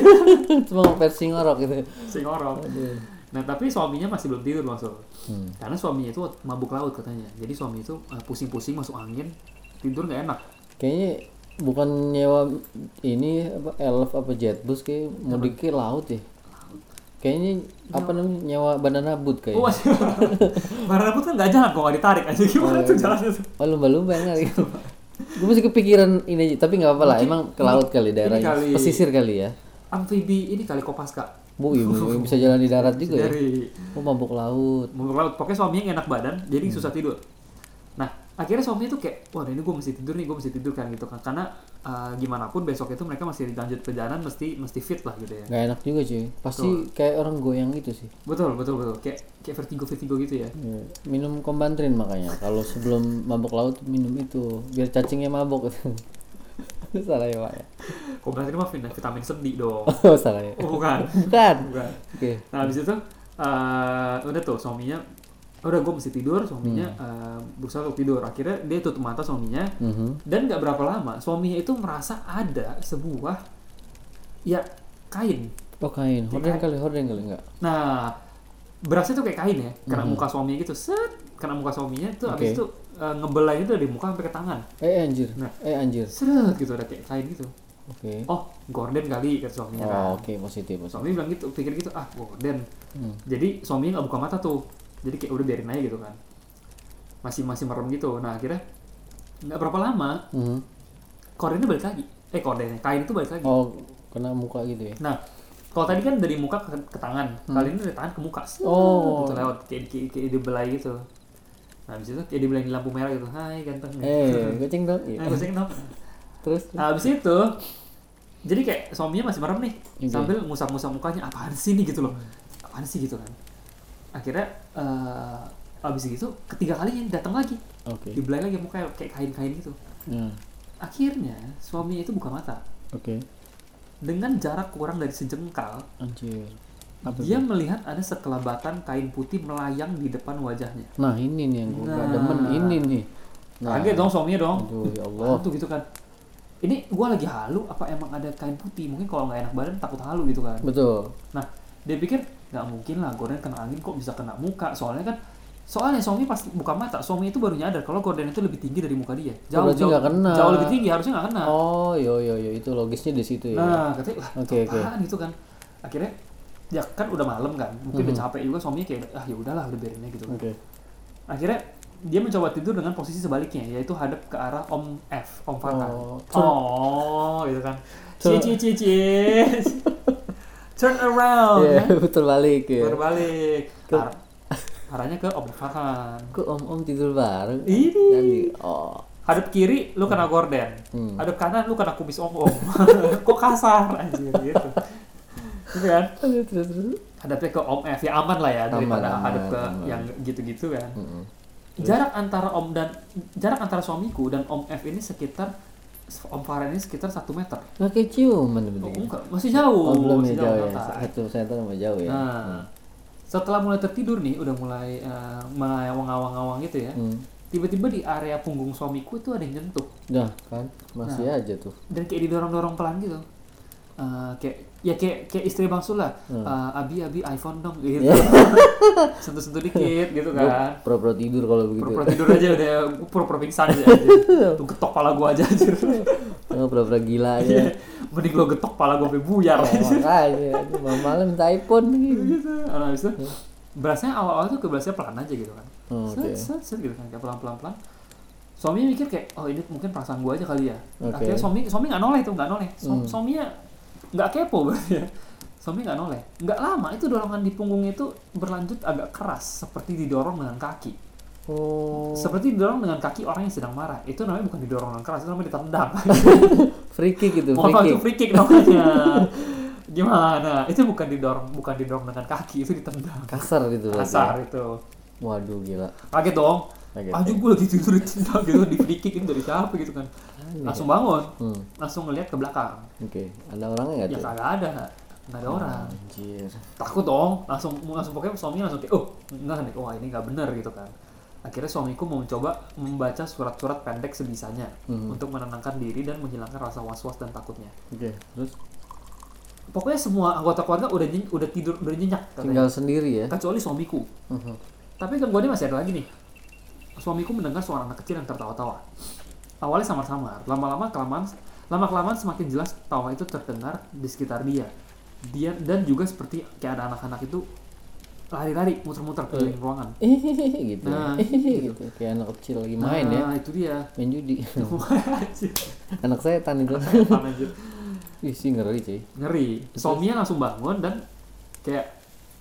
Speaker 1: Cuma versi ngorok gitu.
Speaker 2: si ngorok
Speaker 1: Aduh.
Speaker 2: nah tapi suaminya masih belum tidur maksud
Speaker 1: Hmm.
Speaker 2: karena suaminya itu mabuk laut katanya jadi suami itu eh, pusing-pusing masuk angin tidur nggak enak
Speaker 1: Kayaknya bukan nyewa ini apa elf apa jetbus kayak mudiknya laut ya. Kayaknya apa namanya nyewa bandana boot kayak.
Speaker 2: Oh, masih Bara rambut kan nggak jalan kok nggak ditarik aja gimana tuh jalannya tuh?
Speaker 1: Oh lumba-lumba yang kali. Gue masih kepikiran ini aja, tapi nggak apa-apa lah. Emang ke laut kali daerahnya,
Speaker 2: kali.
Speaker 1: pesisir kali ya.
Speaker 2: Amfibi ini kali Kopaska
Speaker 1: Bu, ibu, ibu bisa jalan di darat juga ya.
Speaker 2: dari
Speaker 1: Oh mabuk laut.
Speaker 2: mabuk laut. Pokoknya suaminya nggak enak badan, jadi susah tidur. Nah, akhirnya suaminya tuh kayak, wah ini gue mesti tidur nih, gue mesti tidur kan gitu kan. Karena eh, gimana pun besok itu mereka masih lanjut perjalanan, mesti mesti fit lah gitu ya.
Speaker 1: Gak enak juga cuy. Pasti kayak orang goyang gitu sih.
Speaker 2: Betul betul betul. Kayak kayak vertigo vertigo gitu ya.
Speaker 1: Iya. Minum kombantrin makanya. Kalau sebelum mabuk laut minum itu biar cacingnya mabuk. salah ya pak ya.
Speaker 2: Kombinasi mah vitamin vitamin sendi dong.
Speaker 1: Oh salah ya.
Speaker 2: Oh, bukan.
Speaker 1: Bukan.
Speaker 2: bukan.
Speaker 1: Oke.
Speaker 2: Nah habis itu eh, udah tuh suaminya udah gue mesti tidur suaminya
Speaker 1: Hmm.
Speaker 2: eh, berusaha untuk tidur akhirnya dia tutup mata suaminya
Speaker 1: Mhm.
Speaker 2: dan nggak berapa lama suaminya itu merasa ada sebuah ya kain
Speaker 1: Oh kain. Horden kali, horden kali enggak.
Speaker 2: nah berasnya tuh kayak kain ya karena muka suaminya gitu set karena muka suaminya tuh habis
Speaker 1: Hmm. Oke.
Speaker 2: itu eh, ngebelainya tuh dari muka sampai ke tangan
Speaker 1: Eh anjir.
Speaker 2: Nah.
Speaker 1: Eh anjir.
Speaker 2: seret gitu ada kayak kain gitu
Speaker 1: Oke.
Speaker 2: oh gorden kali kata suaminya kan.
Speaker 1: Oh, oke positif positif.
Speaker 2: suami bilang gitu pikir gitu ah gorden
Speaker 1: Hmm.
Speaker 2: jadi suaminya nggak buka mata tuh jadi kayak udah biarin aja gitu kan masih masih merem gitu nah akhirnya nggak berapa lama
Speaker 1: Mhm.
Speaker 2: kordennya balik lagi eh kordennya kain itu balik lagi
Speaker 1: Oh kena muka gitu ya.
Speaker 2: nah kalau tadi kan dari muka ke, ke tangan kali ini dari tangan ke muka Set,
Speaker 1: Hmm. Oh.
Speaker 2: gitu lewat kayak, kayak, kayak dibelai gitu nah abis itu kayak dibelai di lampu merah gitu hai ganteng
Speaker 1: Eh, kucing dong. Iya.
Speaker 2: nah, gue sering tau.
Speaker 1: Terus
Speaker 2: Nah, habis itu jadi kayak suaminya masih merem nih
Speaker 1: Oke.
Speaker 2: sambil ngusap-ngusap mukanya apaan sih ini gitu loh apaan sih gitu kan akhirnya eh habis itu ketiga kalinya datang lagi
Speaker 1: oke.
Speaker 2: dibelai lagi mukanya kayak kain-kain gitu
Speaker 1: Nah,
Speaker 2: akhirnya suaminya itu buka mata
Speaker 1: oke.
Speaker 2: dengan jarak kurang dari sejengkal
Speaker 1: Anjir. Apa
Speaker 2: dia
Speaker 1: tuh?
Speaker 2: melihat ada sekelabatan kain putih melayang di depan wajahnya
Speaker 1: Nah, ini nih yang gue
Speaker 2: Nah.
Speaker 1: demen ini nih. Nah.
Speaker 2: kaget dong suaminya dong
Speaker 1: Aduh, ya Allah.
Speaker 2: Apaan tuh gitu kan ini gua lagi halu apa emang ada kain putih mungkin kalau nggak enak badan takut halu gitu kan
Speaker 1: Betul.
Speaker 2: Nah, dia pikir nggak mungkin lah gorden kena angin kok bisa kena muka. Soalnya kan soalnya suami pas buka mata, suami itu baru nyadar kalau gorden itu lebih tinggi dari muka dia. Jauh
Speaker 1: Oh, berarti
Speaker 2: jauh,
Speaker 1: nggak kena.
Speaker 2: jauh lebih tinggi harusnya nggak kena.
Speaker 1: Oh, yo yo yo itu logisnya di situ ya.
Speaker 2: Nah, katanya wah
Speaker 1: Oke, oke.
Speaker 2: apaan gitu kan. Akhirnya ya kan udah malam kan,
Speaker 1: Mhm.
Speaker 2: mungkin udah capek juga suaminya kayak ah ya udahlah udah biarin aja gitu. kan.
Speaker 1: Oke.
Speaker 2: Akhirnya dia mencoba tidur dengan posisi sebaliknya yaitu hadap ke arah Om F, Om Farhan.
Speaker 1: Oh.
Speaker 2: Oh, gitu kan.
Speaker 1: Turn-
Speaker 2: Cie cie cie cie. Turn around.
Speaker 1: Iya,
Speaker 2: kan.
Speaker 1: betul balik ya.
Speaker 2: berbalik
Speaker 1: Ke-
Speaker 2: Ar- arahnya ke Om Farhan
Speaker 1: Kok om-om tidur bareng?
Speaker 2: Ini.
Speaker 1: Tadi. Oh.
Speaker 2: hadap kiri lu kena gorden
Speaker 1: Hmm.
Speaker 2: hadap kanan lu kena kumis om om kok kasar anjir gitu gitu kan
Speaker 1: Aduh, terus terus.
Speaker 2: hadapnya ke om F ya aman lah ya daripada
Speaker 1: Aman,
Speaker 2: hadap ke
Speaker 1: aman.
Speaker 2: yang gitu-gitu kan
Speaker 1: Hmm.
Speaker 2: jarak antara om dan jarak antara suamiku dan om F ini sekitar om Farhan ini sekitar satu meter
Speaker 1: Nggak kayak ciuman
Speaker 2: oh,
Speaker 1: penting.
Speaker 2: enggak, masih jauh
Speaker 1: gitu. Oh, belum
Speaker 2: masih
Speaker 1: ya jauh ya.
Speaker 2: Nata.
Speaker 1: Satu senter sama jauh ya.
Speaker 2: nah setelah mulai tertidur nih udah mulai eh, mengawang-awang-awang gitu ya
Speaker 1: Hmm.
Speaker 2: tiba-tiba di area punggung suamiku itu ada yang nyentuh
Speaker 1: Nah, kan masih
Speaker 2: Nah.
Speaker 1: aja tuh.
Speaker 2: dan kayak didorong-dorong pelan gitu Eh, kayak ya kayak kayak istri bang Sula Eh, abi abi iPhone dong gitu sentuh-sentuh dikit gitu kan
Speaker 1: Pro-pro tidur kalau begitu.
Speaker 2: pura-pura tidur aja udah gua pura-pura pingsan aja anjir. tuh getok pala gua aja anjir
Speaker 1: Oh, pura-pura gila
Speaker 2: Iya.
Speaker 1: aja.
Speaker 2: mending lo getok pala gua sampai buyar
Speaker 1: Iya. Oh, Makanya, aduh, malam minta iPhone nih.
Speaker 2: gitu nah, habis itu berasnya awal-awal tuh keberasnya pelan aja gitu kan
Speaker 1: Oh,
Speaker 2: set,
Speaker 1: Oke.
Speaker 2: set, set gitu kan kayak pelan pelan pelan suaminya mikir kayak oh ini mungkin perasaan gue aja kali ya
Speaker 1: Oke. Hmm.
Speaker 2: akhirnya suami suami nggak noleh tuh nggak noleh Su- suaminya nggak kepo berarti ya suami nggak noleh nggak lama itu dorongan di punggungnya itu berlanjut agak keras seperti didorong dengan kaki
Speaker 1: Oh,
Speaker 2: seperti didorong dengan kaki orang yang sedang marah itu namanya bukan didorong dengan keras itu namanya ditendang
Speaker 1: free kick itu,
Speaker 2: mohon
Speaker 1: free
Speaker 2: maaf, itu
Speaker 1: kick.
Speaker 2: free kick namanya gimana itu bukan didorong bukan didorong dengan kaki itu ditendang
Speaker 1: Kasar gitu berarti.
Speaker 2: kasar itu
Speaker 1: Waduh, gila.
Speaker 2: kaget dong
Speaker 1: Kaget,
Speaker 2: Aduh gue lagi tidur di gitu di free kick itu dari siapa gitu kan
Speaker 1: Iya.
Speaker 2: langsung bangun langsung ngelihat ke belakang
Speaker 1: Hmm, Oke, ada orangnya nggak
Speaker 2: ya
Speaker 1: Iya, tuh? Iya.
Speaker 2: kagak ada nggak ada orang
Speaker 1: Anjir.
Speaker 2: takut dong langsung langsung pokoknya suaminya langsung kayak oh enggak nih wah ini nggak bener gitu kan akhirnya suamiku mau mencoba membaca surat-surat pendek sebisanya
Speaker 1: Hmm.
Speaker 2: untuk menenangkan diri dan menghilangkan rasa was-was dan takutnya
Speaker 1: Oke, terus
Speaker 2: pokoknya semua anggota keluarga udah nyen- udah tidur udah nyenyak katanya.
Speaker 1: tinggal sendiri ya.
Speaker 2: kecuali suamiku Nah.
Speaker 1: Mhm.
Speaker 2: tapi gangguannya masih ada lagi nih suamiku mendengar suara anak kecil yang tertawa-tawa awalnya samar-samar lama-lama kelamaan lama kelamaan semakin jelas tawa itu terdengar di sekitar dia dia dan juga seperti kayak ada anak-anak itu lari-lari
Speaker 1: Eh,
Speaker 2: muter-muter keliling ruangan
Speaker 1: Hehehe gitu.
Speaker 2: Nah,
Speaker 1: Hehehe gitu. Kayak anak kecil lagi main ya,
Speaker 2: Nah, itu dia
Speaker 1: main judi.
Speaker 2: Anjir,
Speaker 1: anak setan itu.
Speaker 2: setan, anjir.
Speaker 1: Ih, sih ngeri cuy.
Speaker 2: ngeri suaminya langsung bangun dan kayak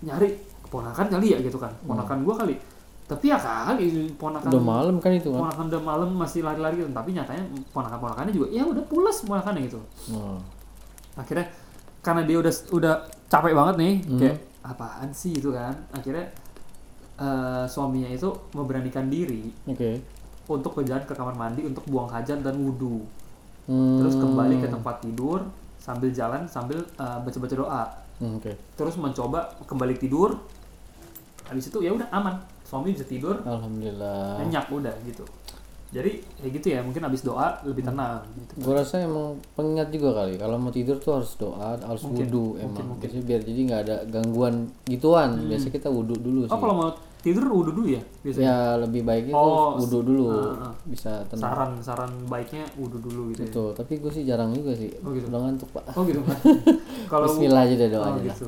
Speaker 2: nyari keponakan kali ya gitu kan keponakan gua kali tapi ya kali ponakan
Speaker 1: Hmm. Udah malam kan itu kan.
Speaker 2: ponakan udah malam masih lari-lari gitu. tapi nyatanya ponakan-ponakannya juga ya udah pulas ponakannya gitu
Speaker 1: Oh.
Speaker 2: akhirnya karena dia udah udah capek banget nih
Speaker 1: Hmm.
Speaker 2: kayak apaan sih itu kan akhirnya eh, suaminya itu memberanikan diri
Speaker 1: Oke.
Speaker 2: untuk berjalan ke kamar mandi untuk buang hajat dan wudhu
Speaker 1: Hmm,
Speaker 2: terus kembali ke tempat tidur sambil jalan sambil eh, baca-baca doa
Speaker 1: hmm, Oke.
Speaker 2: terus mencoba kembali tidur habis itu ya udah aman suami bisa tidur
Speaker 1: Alhamdulillah.
Speaker 2: nyenyak udah gitu jadi kayak gitu ya mungkin habis doa lebih
Speaker 1: Hmm.
Speaker 2: tenang gitu
Speaker 1: Gue rasa emang pengingat juga kali. Kalau mau tidur tuh harus doa, harus wudhu emang. Biasanya biar jadi nggak ada gangguan gituan. Biasanya kita wudhu dulu Gitu sih.
Speaker 2: Hmm. oh kalau mau tidur wudhu dulu ya biasanya
Speaker 1: Ya lebih baiknya
Speaker 2: Oh,
Speaker 1: tuh wudhu dulu.
Speaker 2: ah, ah.
Speaker 1: Bisa tenang.
Speaker 2: saran saran baiknya wudhu dulu gitu ya
Speaker 1: Betul, tapi gue sih jarang juga sih. Udah ngantuk, Pak.
Speaker 2: oh gitu kan kalau
Speaker 1: Bismillah aja deh doanya
Speaker 2: oh,
Speaker 1: lah. Hmm.
Speaker 2: gitu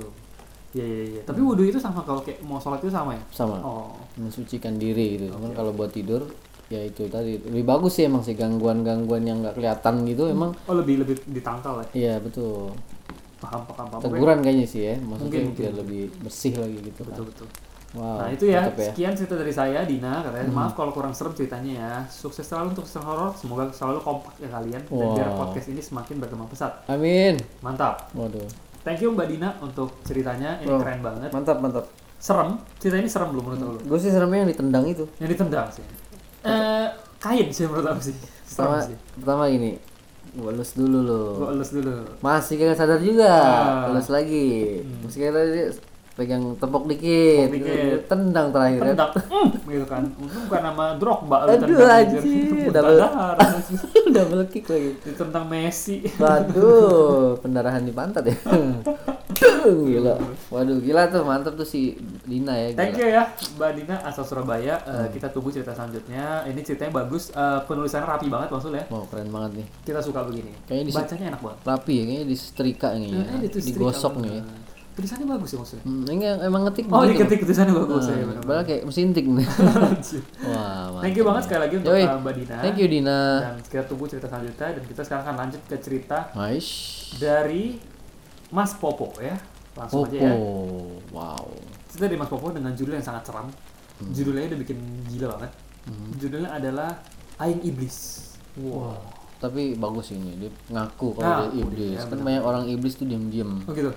Speaker 2: ya ya ya tapi wudhu itu sama kalau kayak mau sholat itu sama ya
Speaker 1: Sama.
Speaker 2: oh
Speaker 1: Mensucikan diri gitu. Cuman kalau buat tidur ya itu tadi lebih bagus sih emang sih gangguan-gangguan yang nggak kelihatan gitu emang
Speaker 2: oh lebih lebih ditangkal ya
Speaker 1: iya betul
Speaker 2: paham paham paham Pokoknya-
Speaker 1: teguran kayaknya sih ya maksudnya
Speaker 2: Mungkin,
Speaker 1: biar lebih bersih lagi gitu kan.
Speaker 2: betul betul
Speaker 1: wow
Speaker 2: nah itu ya
Speaker 1: cakep ya. Hmm.
Speaker 2: sekian cerita dari saya Dina katanya maaf kalau kurang serem ceritanya ya sukses selalu untuk cerita horor semoga selalu kompak ya kalian dan biar
Speaker 1: Wow.
Speaker 2: podcast ini semakin berkembang pesat
Speaker 1: amin
Speaker 2: mantap
Speaker 1: waduh
Speaker 2: thank you Mbak Dina untuk ceritanya ini
Speaker 1: Wow. Hmm.
Speaker 2: keren banget
Speaker 1: mantap mantap
Speaker 2: serem cerita ini serem belum menurut lo
Speaker 1: gue sih seremnya yang ditendang itu
Speaker 2: yang ditendang sih eh kain sih menurut aku sih serem
Speaker 1: pertama
Speaker 2: sih
Speaker 1: pertama gini gue elus dulu loh
Speaker 2: gua elus dulu
Speaker 1: masih kagak sadar juga
Speaker 2: Ah. Hmm.
Speaker 1: elus lagi masih kagak tadi pegang tepok dikit,
Speaker 2: Tepok dikit.
Speaker 1: tendang terakhir ya.
Speaker 2: tendang mm, gitu kan untung bukan nama Drogba lu
Speaker 1: Aduh,
Speaker 2: tendang anjir.
Speaker 1: anjir.
Speaker 2: Muntah darah
Speaker 1: double kick lagi
Speaker 2: ditendang Messi
Speaker 1: Waduh, pendarahan di pantat ya. Dung, gila. Waduh, gila tuh mantap tuh si Lina ya. Gila.
Speaker 2: Thank you ya Mbak Dina asal Surabaya. Eh,
Speaker 1: Hmm.
Speaker 2: Kita tunggu cerita selanjutnya. Ini ceritanya bagus, eh, penulisannya rapi banget maksudnya.
Speaker 1: Wow, keren banget nih.
Speaker 2: Kita suka begini.
Speaker 1: Kayaknya di-
Speaker 2: Bacanya enak banget.
Speaker 1: Rapi ya, kayaknya di setrika ini ya.
Speaker 2: Eh, itu setrika
Speaker 1: Digosok nih ya.
Speaker 2: banget. Tulisannya bagus ya maksudnya.
Speaker 1: Hmm, ini emang ngetik
Speaker 2: Oh,
Speaker 1: begitu.
Speaker 2: diketik tulisannya bagus ya.
Speaker 1: Nah,
Speaker 2: bener-bener.
Speaker 1: Padahal kayak mesin tik nih. Wah, mantap.
Speaker 2: Thank you banget sekali lagi untuk
Speaker 1: Yoi.
Speaker 2: eh, Mbak Dina.
Speaker 1: Thank you Dina.
Speaker 2: Dan kita tunggu cerita selanjutnya dan kita sekarang akan lanjut ke cerita
Speaker 1: Nice.
Speaker 2: dari Mas Popo ya. Langsung
Speaker 1: Popo.
Speaker 2: aja ya.
Speaker 1: Wow.
Speaker 2: Cerita dari Mas Popo dengan judul yang sangat seram.
Speaker 1: Hmm.
Speaker 2: Judulnya udah bikin gila banget. Judulnya adalah Aing Iblis. Wow.
Speaker 1: Tapi bagus ini, dia ngaku
Speaker 2: Nah,
Speaker 1: kalau dia iblis. kan banyak orang iblis tuh diam-diam.
Speaker 2: Oh gitu.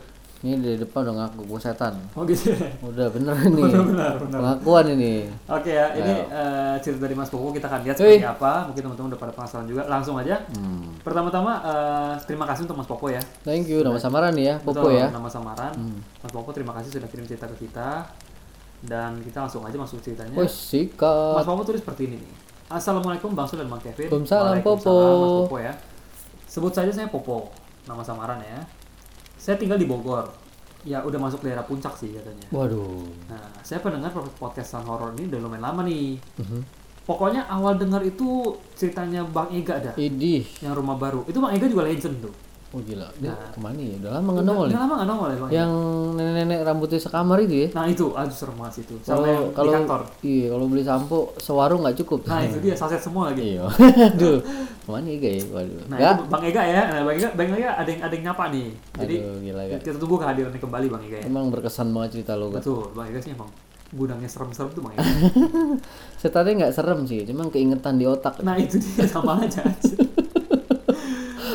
Speaker 1: Ini dari depan udah ngaku gue setan.
Speaker 2: Oh gitu. ya?
Speaker 1: Udah bener ini. Pengakuan ini.
Speaker 2: Oke ya, ini eh, cerita dari Mas Koko kita akan lihat seperti apa. Mungkin teman-teman udah pada penasaran juga. Langsung aja. Pertama-tama eh, terima kasih untuk Mas Popo ya.
Speaker 1: Hmm. Thank you, nama samaran nih ya, Popo
Speaker 2: Betul,
Speaker 1: ya.
Speaker 2: Nama samaran. Mas Popo terima kasih sudah kirim cerita ke kita. Dan kita langsung aja masuk ceritanya.
Speaker 1: Wih, sikat.
Speaker 2: Mas Popo tulis seperti ini nih. Assalamualaikum Bang Sul dan Bang Kevin.
Speaker 1: Waalaikumsalam,
Speaker 2: Waalaikumsalam, Mas
Speaker 1: Popo.
Speaker 2: Popo ya. Sebut saja saya Popo, nama samaran ya. Saya tinggal di Bogor. Ya udah masuk daerah puncak sih katanya.
Speaker 1: Waduh.
Speaker 2: Nah, saya pendengar podcastan horor ini udah lumayan lama nih. Pokoknya awal dengar itu ceritanya Bang Ega ada
Speaker 1: Idih.
Speaker 2: yang rumah baru. Itu Bang Ega juga legend tuh.
Speaker 1: Oh gila, dia kemana ya? Udah lama nggak nongol
Speaker 2: Nah. Udah
Speaker 1: nih.
Speaker 2: lama nggak nongol ya Bang? Ega?
Speaker 1: Yang nenek-nenek rambutnya sekamar itu ya.
Speaker 2: Nah itu, aduh serem banget itu. Sama yang
Speaker 1: Oh, Kalau
Speaker 2: di kantor.
Speaker 1: kalau iya, kalau beli sampo sewarung nggak cukup.
Speaker 2: Nah itu dia saset semua lagi.
Speaker 1: Iya. Aduh. Kemana ya, guys? Waduh.
Speaker 2: Nah
Speaker 1: Nggak.
Speaker 2: itu Bang Ega ya. Nah Bang Ega, Bang Ega ada yang ada yang nyapa nih. Jadi
Speaker 1: Aduh, gila gak.
Speaker 2: kita tunggu kehadirannya kembali Bang Ega ya.
Speaker 1: Emang berkesan banget cerita lo, Gak.
Speaker 2: Betul, Bang Ega sih emang gudangnya serem-serem tuh Bang Ega.
Speaker 1: Setannya nggak serem sih, cuman keingetan di otak.
Speaker 2: nah itu dia sama aja. anjir.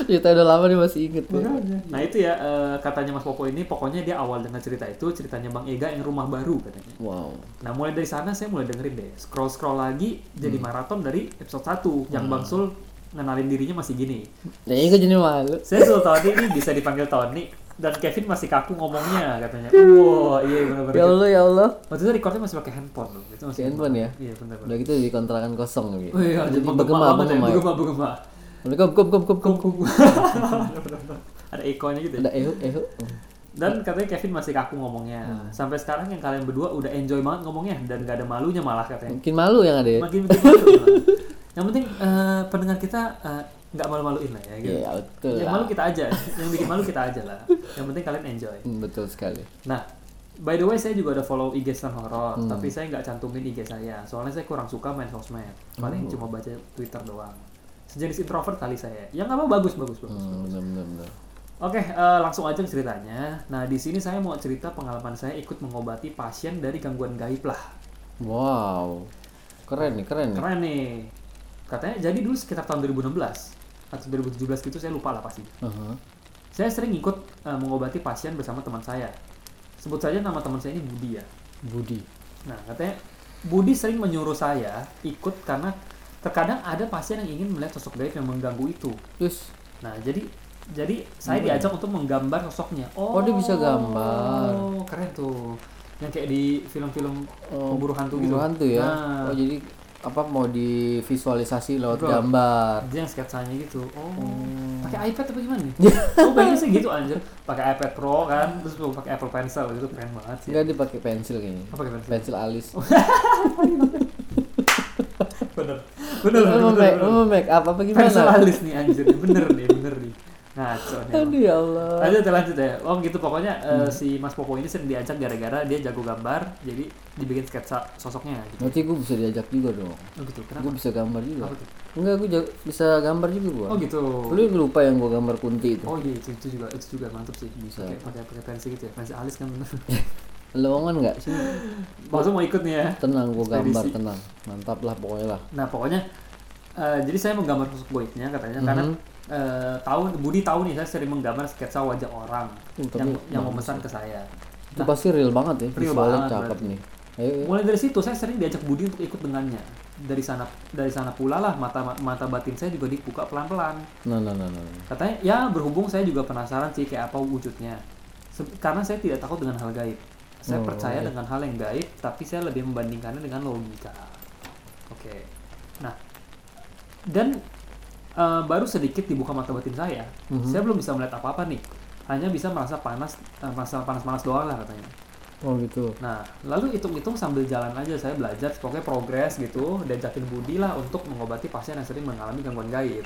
Speaker 1: Cerita udah lama dia masih inget ya.
Speaker 2: Nah itu ya eh, katanya Mas Popo ini pokoknya dia awal dengan cerita itu ceritanya Bang Ega yang rumah baru katanya.
Speaker 1: Wow.
Speaker 2: Nah mulai
Speaker 1: Hmm.
Speaker 2: dari sana saya mulai dengerin deh scroll scroll lagi jadi maraton dari episode 1 yang Bang Sul ngenalin dirinya masih gini.
Speaker 1: Ya ini gue jadi malu.
Speaker 2: Saya Sultoni ini bisa dipanggil Tony dan Kevin masih kaku ngomongnya katanya. Wah, iya benar-benar.
Speaker 1: Hmm. Ya Allah ya Allah.
Speaker 2: Waktu itu recordnya masih pakai handphone loh. Itu masih
Speaker 1: Pakai handphone ya?
Speaker 2: Iya, benar benar.
Speaker 1: Udah gitu di kontrakan kosong gitu.
Speaker 2: Oh iya,
Speaker 1: Jadi
Speaker 2: jadi
Speaker 1: bergema bergema. ya.
Speaker 2: bergema, bergema.
Speaker 1: Assalamualaikum kum kum kum kum.
Speaker 2: Ada ekornya gitu ya.
Speaker 1: Ada ehu ehu.
Speaker 2: Dan katanya Kevin masih kaku ngomongnya.
Speaker 1: Hmm.
Speaker 2: Sampai sekarang yang kalian berdua udah enjoy banget ngomongnya dan gak ada malunya malah katanya.
Speaker 1: Mungkin malu yang ada ya.
Speaker 2: Makin makin malu. yang penting eh, pendengar kita eh, nggak malu-maluin lah ya. Gitu.
Speaker 1: Iya betul.
Speaker 2: Yang
Speaker 1: lah.
Speaker 2: malu kita aja, yang bikin malu kita aja lah. Yang penting kalian enjoy.
Speaker 1: Hmm, Betul sekali.
Speaker 2: Nah, by the way saya juga ada follow IG Stan Horror,
Speaker 1: Hmm.
Speaker 2: tapi saya nggak cantumin IG saya. Soalnya saya kurang suka main sosmed.
Speaker 1: Oh.
Speaker 2: Paling cuma baca Twitter doang. Sejenis introvert kali saya. Yang nggak apa bagus bagus bagus.
Speaker 1: Hmm, benar benar benar.
Speaker 2: Oke, eh, langsung aja ke ceritanya. Nah, di sini saya mau cerita pengalaman saya ikut mengobati pasien dari gangguan gaib lah.
Speaker 1: Wow. Keren nih, keren nih.
Speaker 2: Keren nih. Katanya jadi dulu sekitar tahun 2016 atau 2017 gitu saya lupa lah pasti.
Speaker 1: Aha.
Speaker 2: Saya sering ikut eh, mengobati pasien bersama teman saya. Sebut saja nama teman saya ini Budi ya.
Speaker 1: Budi.
Speaker 2: Nah, katanya Budi sering menyuruh saya ikut karena terkadang ada pasien yang ingin melihat sosok gaib yang mengganggu itu.
Speaker 1: Terus
Speaker 2: Nah, jadi jadi saya diajak untuk menggambar sosoknya. Oh,
Speaker 1: Oh, dia bisa gambar.
Speaker 2: Keren tuh. Yang kayak di film-film
Speaker 1: Oh,
Speaker 2: pemburu hantu gitu.
Speaker 1: pemburu hantu ya.
Speaker 2: Nah.
Speaker 1: Oh, jadi apa mau divisualisasi lewat
Speaker 2: Betul.
Speaker 1: gambar.
Speaker 2: Dia yang sketsanya gitu. Oh. Pakai iPad apa gimana nih? oh, pengen sih gitu anjir. Pakai iPad Pro kan, terus baru pakai Apple Pencil gitu keren banget sih.
Speaker 1: Enggak dipakai pensil kayaknya.
Speaker 2: Apa pakai pencil?
Speaker 1: Pensil alis.
Speaker 2: Bener. Bener,
Speaker 1: Lu mau
Speaker 2: bener,
Speaker 1: make,
Speaker 2: bener.
Speaker 1: lu mau make up apa oh, gimana?
Speaker 2: Pencil alis nih anjir. Bener nih, bener nih. Ngaco nih. emang.
Speaker 1: Aduh ya Allah.
Speaker 2: Lanjut ya, lanjut ya. Om gitu pokoknya
Speaker 1: Hmm.
Speaker 2: eh, si Mas Popo ini sering diajak gara-gara dia jago gambar, jadi dibikin sketsa sosoknya gitu.
Speaker 1: Nanti gue bisa diajak juga dong.
Speaker 2: Oh gitu. Kenapa?
Speaker 1: Gue bisa gambar juga.
Speaker 2: Apa tuh?
Speaker 1: Enggak, gue bisa gambar juga gua.
Speaker 2: Oh gitu.
Speaker 1: Lu yang lupa yang gua gambar kunti itu.
Speaker 2: Oh iya itu, itu juga itu juga mantep sih.
Speaker 1: Bisa.
Speaker 2: Pakai pakai pakai pensi gitu ya. Pensi alis kan bener.
Speaker 1: Lowongan enggak sih?
Speaker 2: Langsung mau ikut nih ya.
Speaker 1: Tenang gua
Speaker 2: Ekspedisi.
Speaker 1: gambar tenang. Mantap lah pokoknya lah.
Speaker 2: Nah, pokoknya eh, jadi saya menggambar sosok goibnya katanya karena
Speaker 1: Hmm.
Speaker 2: eh, tahu Budi tahu nih saya sering menggambar sketsa wajah orang
Speaker 1: Uh, tapi
Speaker 2: yang yang memesan ke saya.
Speaker 1: Itu pasti real banget ya.
Speaker 2: Real
Speaker 1: Visualnya
Speaker 2: banget
Speaker 1: cakep
Speaker 2: berarti.
Speaker 1: nih. Ayo, ayo.
Speaker 2: Mulai dari situ saya sering diajak Budi untuk ikut dengannya. Dari sana dari sana pula lah mata mata batin saya juga dibuka pelan-pelan.
Speaker 1: Nah, nah, nah, nah. nah.
Speaker 2: Katanya ya berhubung saya juga penasaran sih kayak apa wujudnya. Se- karena saya tidak takut dengan hal gaib. Saya
Speaker 1: Oh,
Speaker 2: percaya
Speaker 1: iya.
Speaker 2: dengan hal yang gaib, tapi saya lebih membandingkannya dengan logika. Oke. Nah, dan eh, baru sedikit dibuka mata batin saya.
Speaker 1: Mhm.
Speaker 2: Saya belum bisa melihat apa-apa nih. Hanya bisa merasa panas, eh, merasa panas-panas doang lah katanya.
Speaker 1: Oh gitu.
Speaker 2: Nah, lalu hitung-hitung sambil jalan aja saya belajar pokoknya progres gitu, diajakin Budi lah untuk mengobati pasien yang sering mengalami gangguan gaib.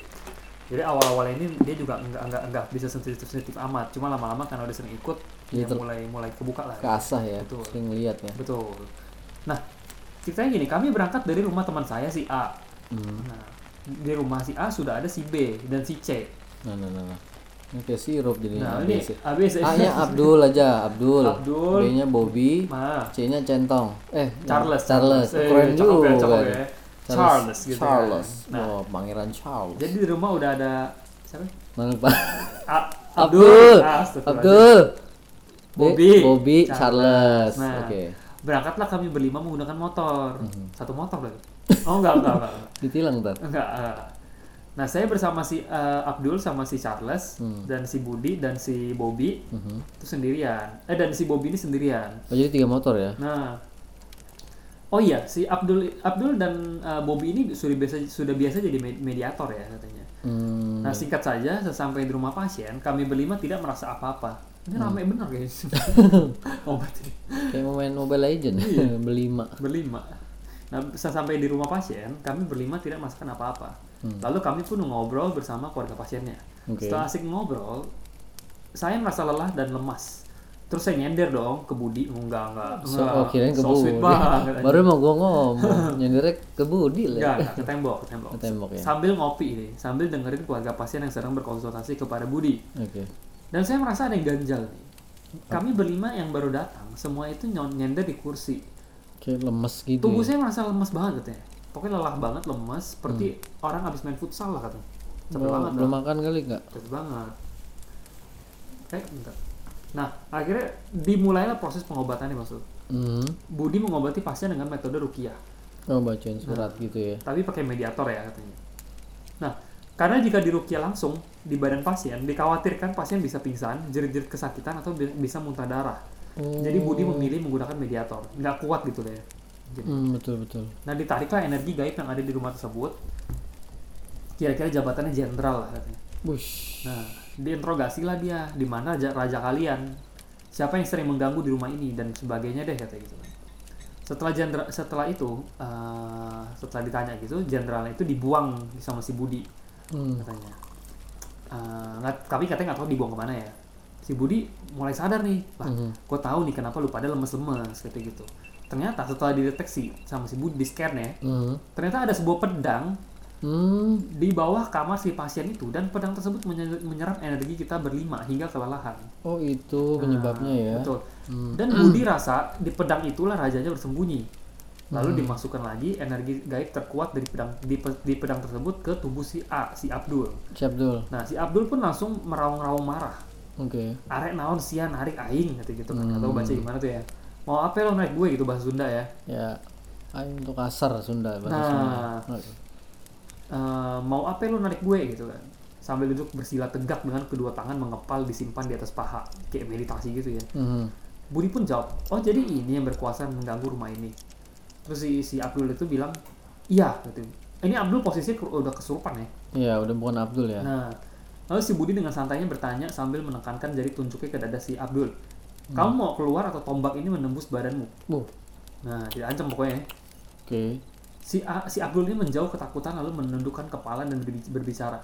Speaker 2: Jadi awal-awal ini dia juga nggak nggak nggak bisa sensitif-sensitif amat, cuma lama-lama karena udah sering ikut,
Speaker 1: Jadi
Speaker 2: dia
Speaker 1: ter-
Speaker 2: mulai mulai kebuka lah.
Speaker 1: Keasah ya.
Speaker 2: Betul.
Speaker 1: Sering lihat ya.
Speaker 2: Betul. Nah, ceritanya gini, kami berangkat dari rumah teman saya si A.
Speaker 1: Hmm.
Speaker 2: Nah, di rumah si A sudah ada si B dan si C.
Speaker 1: Nah, nah, nah, nah. Ini kayak sirup jadinya. Nah,
Speaker 2: Nah, ini habis
Speaker 1: A-nya Abdul aja, Abdul.
Speaker 2: Abdul.
Speaker 1: B-nya Bobby.
Speaker 2: Nah,
Speaker 1: C-nya Centong. Eh,
Speaker 2: Charles,
Speaker 1: Charles.
Speaker 2: Eh,
Speaker 1: Keren
Speaker 2: cakep
Speaker 1: juga.
Speaker 2: ya, cakep ya.
Speaker 1: Charles,
Speaker 2: Charles gitu. ya.
Speaker 1: Charles.
Speaker 2: Nah,
Speaker 1: Oh, pangeran Charles.
Speaker 2: Jadi di rumah udah ada siapa?
Speaker 1: Mana lupa?
Speaker 2: A-
Speaker 1: Abdul.
Speaker 2: Ah, astagfirullah.
Speaker 1: Abdul. B-
Speaker 2: Bobby.
Speaker 1: Bobby
Speaker 2: Charles.
Speaker 1: Charles.
Speaker 2: Nah.
Speaker 1: Oke.
Speaker 2: Berangkatlah kami berlima menggunakan motor. Satu motor lagi. Oh enggak, enggak, enggak.
Speaker 1: Ditilang ntar.
Speaker 2: Enggak, enggak. Nah, saya bersama si eh, Abdul sama si Charles dan si Budi dan si Bobby
Speaker 1: Mhm.
Speaker 2: itu sendirian. Eh dan si Bobby ini sendirian.
Speaker 1: Oh, jadi tiga motor ya?
Speaker 2: Nah, Oh iya, si Abdul Abdul dan eh, Bobby ini sudah biasa sudah biasa jadi med- mediator ya katanya.
Speaker 1: Hmm.
Speaker 2: Nah singkat saja, sesampai di rumah pasien, kami berlima tidak merasa apa-apa.
Speaker 1: Hmm.
Speaker 2: Ini ramai bener guys. Oh, Obat ini.
Speaker 1: Kayak mau main Mobile Legend.
Speaker 2: Iya.
Speaker 1: Berlima.
Speaker 2: Berlima. Nah sesampai di rumah pasien, kami berlima tidak merasakan apa-apa. Lalu kami pun ngobrol bersama keluarga pasiennya.
Speaker 1: Hmm. Oke.
Speaker 2: Setelah asik ngobrol, saya merasa lelah dan lemas. Terus saya nyender dong ke Budi, enggak enggak.
Speaker 1: So,
Speaker 2: enggak.
Speaker 1: oh, kirain ke
Speaker 2: so
Speaker 1: Budi.
Speaker 2: sweet banget.
Speaker 1: Baru mau gua ngomong. Nyendernya ke Budi
Speaker 2: Enggak,
Speaker 1: lah.
Speaker 2: enggak, ke tembok, ke tembok.
Speaker 1: Ke tembok ya.
Speaker 2: Sambil ngopi nih, sambil dengerin keluarga pasien yang sedang berkonsultasi kepada Budi.
Speaker 1: Oke.
Speaker 2: Dan saya merasa ada yang ganjal nih. Kami berlima yang baru datang, semua itu nyon- nyender di kursi.
Speaker 1: Kayak lemes gitu.
Speaker 2: Tubuh
Speaker 1: ya.
Speaker 2: saya merasa lemas banget katanya. Pokoknya lelah banget, lemas, seperti orang habis main futsal lah katanya. Capek
Speaker 1: Belum-
Speaker 2: banget,
Speaker 1: belum
Speaker 2: lah.
Speaker 1: makan kali enggak?
Speaker 2: capek banget. Eh, bentar. Nah, akhirnya dimulailah proses pengobatannya maksud.
Speaker 1: Hmm.
Speaker 2: Budi mengobati pasien dengan metode rukiah,
Speaker 1: Oh, bacain surat gitu ya.
Speaker 2: tapi pakai mediator ya katanya. Nah, Karena jika dirukia langsung di badan pasien, dikhawatirkan pasien bisa pingsan, jerit-jerit kesakitan atau bi- bisa muntah darah. Jadi Budi memilih menggunakan mediator. Nggak kuat gitu deh. Jadi,
Speaker 1: Hmm, betul betul.
Speaker 2: Nah ditariklah energi gaib yang ada di rumah tersebut. Kira-kira jabatannya jenderal lah katanya.
Speaker 1: Bush.
Speaker 2: Nah, diinterogasilah dia di mana raja, raja kalian. Siapa yang sering mengganggu di rumah ini dan sebagainya deh kata gitu. Setelah jendera, setelah itu eh, setelah ditanya gitu, jenderalnya itu dibuang sama si Budi
Speaker 1: Hmm.
Speaker 2: katanya. Eh, nggak- tapi katanya nggak tahu dibuang kemana ya. Si Budi mulai sadar nih, lah,
Speaker 1: Mhm.
Speaker 2: gue tahu nih kenapa lu pada lemes-lemes kata gitu. Ternyata setelah dideteksi sama si Budi di scan ya,
Speaker 1: Hmm.
Speaker 2: ternyata ada sebuah pedang
Speaker 1: Hmm.
Speaker 2: di bawah kamar si pasien itu dan pedang tersebut menye- menyerap energi kita berlima hingga kelelahan.
Speaker 1: Oh itu penyebabnya
Speaker 2: Nah,
Speaker 1: ya.
Speaker 2: Betul.
Speaker 1: Hmm.
Speaker 2: Dan Budi rasa di pedang itulah rajanya bersembunyi. Lalu
Speaker 1: Hmm.
Speaker 2: dimasukkan lagi energi gaib terkuat dari pedang di, pe- di pedang tersebut ke tubuh si A, si Abdul.
Speaker 1: Siap dul.
Speaker 2: Nah, si Abdul pun langsung meraung-raung marah.
Speaker 1: Oke.
Speaker 2: Arek naon sia narik aing gitu gitu kan. Atau baca
Speaker 1: Hmm.
Speaker 2: gimana tuh ya. Mau apa lo naik gue gitu bahasa Sunda ya.
Speaker 1: Ya. Aing untuk kasar Sunda bahasa Sunda.
Speaker 2: Nah,
Speaker 1: Oke.
Speaker 2: Eh, mau apa lu narik gue gitu kan sambil duduk bersila tegak dengan kedua tangan mengepal disimpan di atas paha kayak meditasi gitu ya
Speaker 1: Mhm.
Speaker 2: Budi pun jawab oh jadi ini yang berkuasa mengganggu rumah ini terus si, si Abdul itu bilang iya gitu ini Abdul posisinya ke- udah kesurupan ya
Speaker 1: Ya udah bukan Abdul ya.
Speaker 2: nah lalu si Budi dengan santainya bertanya sambil menekankan jari tunjuknya ke dada si Abdul kamu mau keluar atau tombak ini menembus badanmu
Speaker 1: Buh.
Speaker 2: nah diancam pokoknya ya.
Speaker 1: Oke.
Speaker 2: Si, A- si Abdul ini menjauh ketakutan lalu menundukkan kepala dan berbi- berbicara.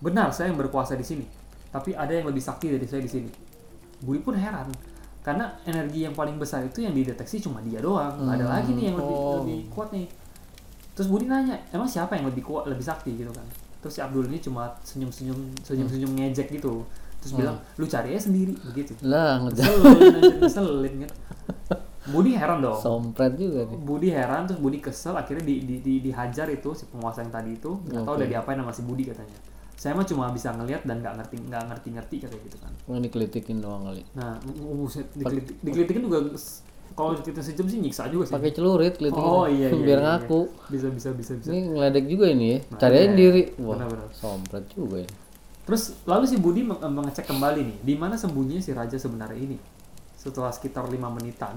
Speaker 2: Benar, saya yang berkuasa di sini. Tapi ada yang lebih sakti dari saya di sini. Budi pun heran. Karena energi yang paling besar itu yang dideteksi cuma dia doang. Nggak ada
Speaker 1: Hmm,
Speaker 2: lagi nih yang lebih,
Speaker 1: oh.
Speaker 2: lebih kuat nih. Terus Budi nanya, emang siapa yang lebih kuat, lebih sakti gitu kan? Terus si Abdul ini cuma senyum-senyum, senyum-senyum ngejek gitu. Terus bilang, lu cari aja sendiri, begitu.
Speaker 1: Lah ngejar
Speaker 2: Ngeselin, anjir, ngeselin kan. Budi heran dong.
Speaker 1: sompret juga nih.
Speaker 2: Budi heran terus Budi kesel akhirnya di, di- di- dihajar itu si penguasa yang tadi itu nggak tahu
Speaker 1: Oke.
Speaker 2: udah diapain sama si Budi katanya saya mah cuma bisa ngelihat dan nggak ngerti nggak ngerti ngerti katanya gitu kan
Speaker 1: Cuma dikelitikin doang kali.
Speaker 2: nah uh, buset, dikelitik, dikelitikin juga s- kalau dikelitikin sejam sih nyiksa juga sih
Speaker 1: Pakai celurit kelitikin.
Speaker 2: oh iya, iya
Speaker 1: Biar
Speaker 2: iya, iya.
Speaker 1: ngaku.
Speaker 2: bisa bisa bisa bisa
Speaker 1: Ini ngeledek juga ini ya.
Speaker 2: Nah,
Speaker 1: Cari aja
Speaker 2: iya.
Speaker 1: diri. Wah.
Speaker 2: Benar-benar.
Speaker 1: Sompret juga ini.
Speaker 2: Terus lalu si Budi meng- mengecek kembali nih, di mana sembunyinya si raja sebenarnya ini. Setelah sekitar lima menitan,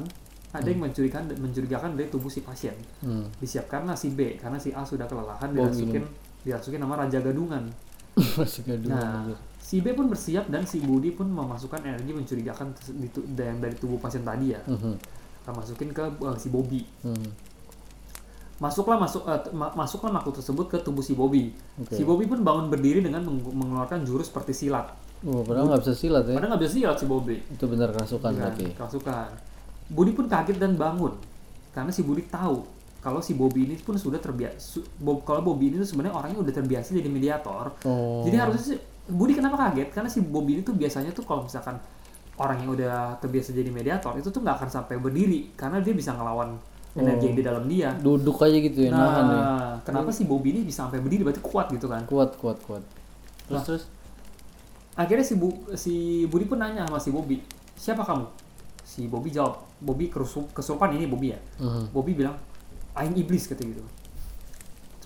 Speaker 2: ada yang mencurigakan mencurigakan dari tubuh si pasien.
Speaker 1: Hmm.
Speaker 2: Disiapkanlah si B karena si A sudah kelelahan
Speaker 1: Oh,
Speaker 2: dirasukin dirasukin nama raja gadungan.
Speaker 1: Masih gaduh.
Speaker 2: Nah,
Speaker 1: anjir.
Speaker 2: si B pun bersiap dan si Budi pun memasukkan energi mencurigakan tes- di tu- yang dari tubuh pasien tadi ya.
Speaker 1: Mhm.
Speaker 2: Kita masukin ke eh, si Bobby.
Speaker 1: Hmm.
Speaker 2: Masuklah masuk eh, t- ma- masuklah makhluk tersebut ke tubuh si Bobby.
Speaker 1: Oke.
Speaker 2: Si Bobby pun bangun berdiri dengan meng- mengeluarkan jurus seperti silat.
Speaker 1: Wah, padahal nggak bisa silat ya.
Speaker 2: Padahal nggak bisa silat si Bobby.
Speaker 1: Itu benar kerasukan
Speaker 2: Kan,
Speaker 1: berarti.
Speaker 2: kerasukan. Budi pun kaget dan bangun karena si Budi tahu kalau si Bobby ini pun sudah terbiasa kalau Bobby ini tuh sebenarnya orangnya udah terbiasa jadi mediator.
Speaker 1: Oh.
Speaker 2: Jadi harusnya sih- Budi kenapa kaget? Karena si Bobby ini tuh biasanya tuh kalau misalkan orang yang udah terbiasa jadi mediator itu tuh nggak akan sampai berdiri karena dia bisa ngelawan energi yang di dalam dia.
Speaker 1: duduk aja gitu ya, Oh. nahan ya.
Speaker 2: Nah, kenapa si Bobby ini bisa sampai berdiri? Berarti kuat gitu kan?
Speaker 1: Kuat, kuat, kuat. Terus
Speaker 2: Nah.
Speaker 1: terus.
Speaker 2: akhirnya si, Bu- si Budi pun nanya sama si Bobby siapa kamu si Bobby jawab Bobby kerusup kesurupan ini Bobby ya
Speaker 1: Mhm.
Speaker 2: Bobby bilang aing iblis kata gitu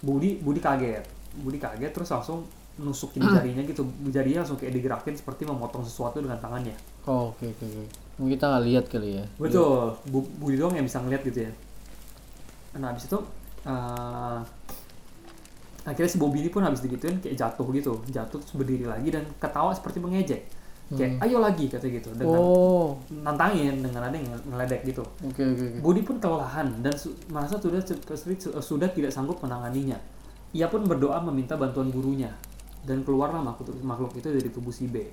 Speaker 2: Budi Budi kaget Budi kaget terus langsung nusukin jarinya gitu jarinya langsung kayak digerakin seperti memotong sesuatu dengan tangannya
Speaker 1: Oh, oke oke oke. Mungkin kita nggak lihat kali ya.
Speaker 2: betul Bu- Budi doang yang bisa ngeliat gitu ya nah habis itu eh, akhirnya si Bobby ini pun habis digituin kayak jatuh gitu jatuh terus berdiri lagi dan ketawa seperti mengejek kayak ayo lagi kata gitu dengan
Speaker 1: Oh,
Speaker 2: nantangin dengan ada yang ngeledek gitu.
Speaker 1: oke oke oke.
Speaker 2: Budi pun kelelahan dan su- merasa sudah sudah tidak sanggup menanganinya. Ia pun berdoa meminta bantuan gurunya dan keluarlah makhluk, makhluk itu dari tubuh si B.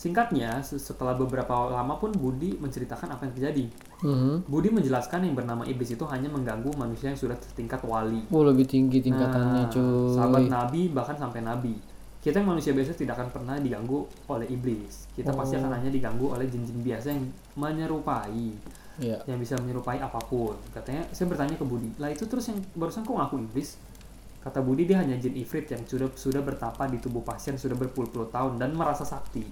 Speaker 2: Singkatnya, se- setelah beberapa lama pun Budi menceritakan apa yang terjadi.
Speaker 1: Mhm.
Speaker 2: Budi menjelaskan yang bernama iblis itu hanya mengganggu manusia yang sudah tertingkat wali.
Speaker 1: Oh, lebih tinggi tingkatannya,
Speaker 2: Nah,
Speaker 1: cuy.
Speaker 2: Sahabat Nabi bahkan sampai Nabi. Kita yang manusia biasa tidak akan pernah diganggu oleh iblis. Kita
Speaker 1: Oh.
Speaker 2: pasti akan hanya diganggu oleh jin-jin biasa yang menyerupai,
Speaker 1: Iya.
Speaker 2: yang bisa menyerupai apapun. Katanya, saya bertanya ke Budi, lah itu terus yang barusan kok ngaku iblis? Kata Budi dia hanya jin ifrit yang sudah sudah bertapa di tubuh pasien sudah berpuluh-puluh tahun dan merasa sakti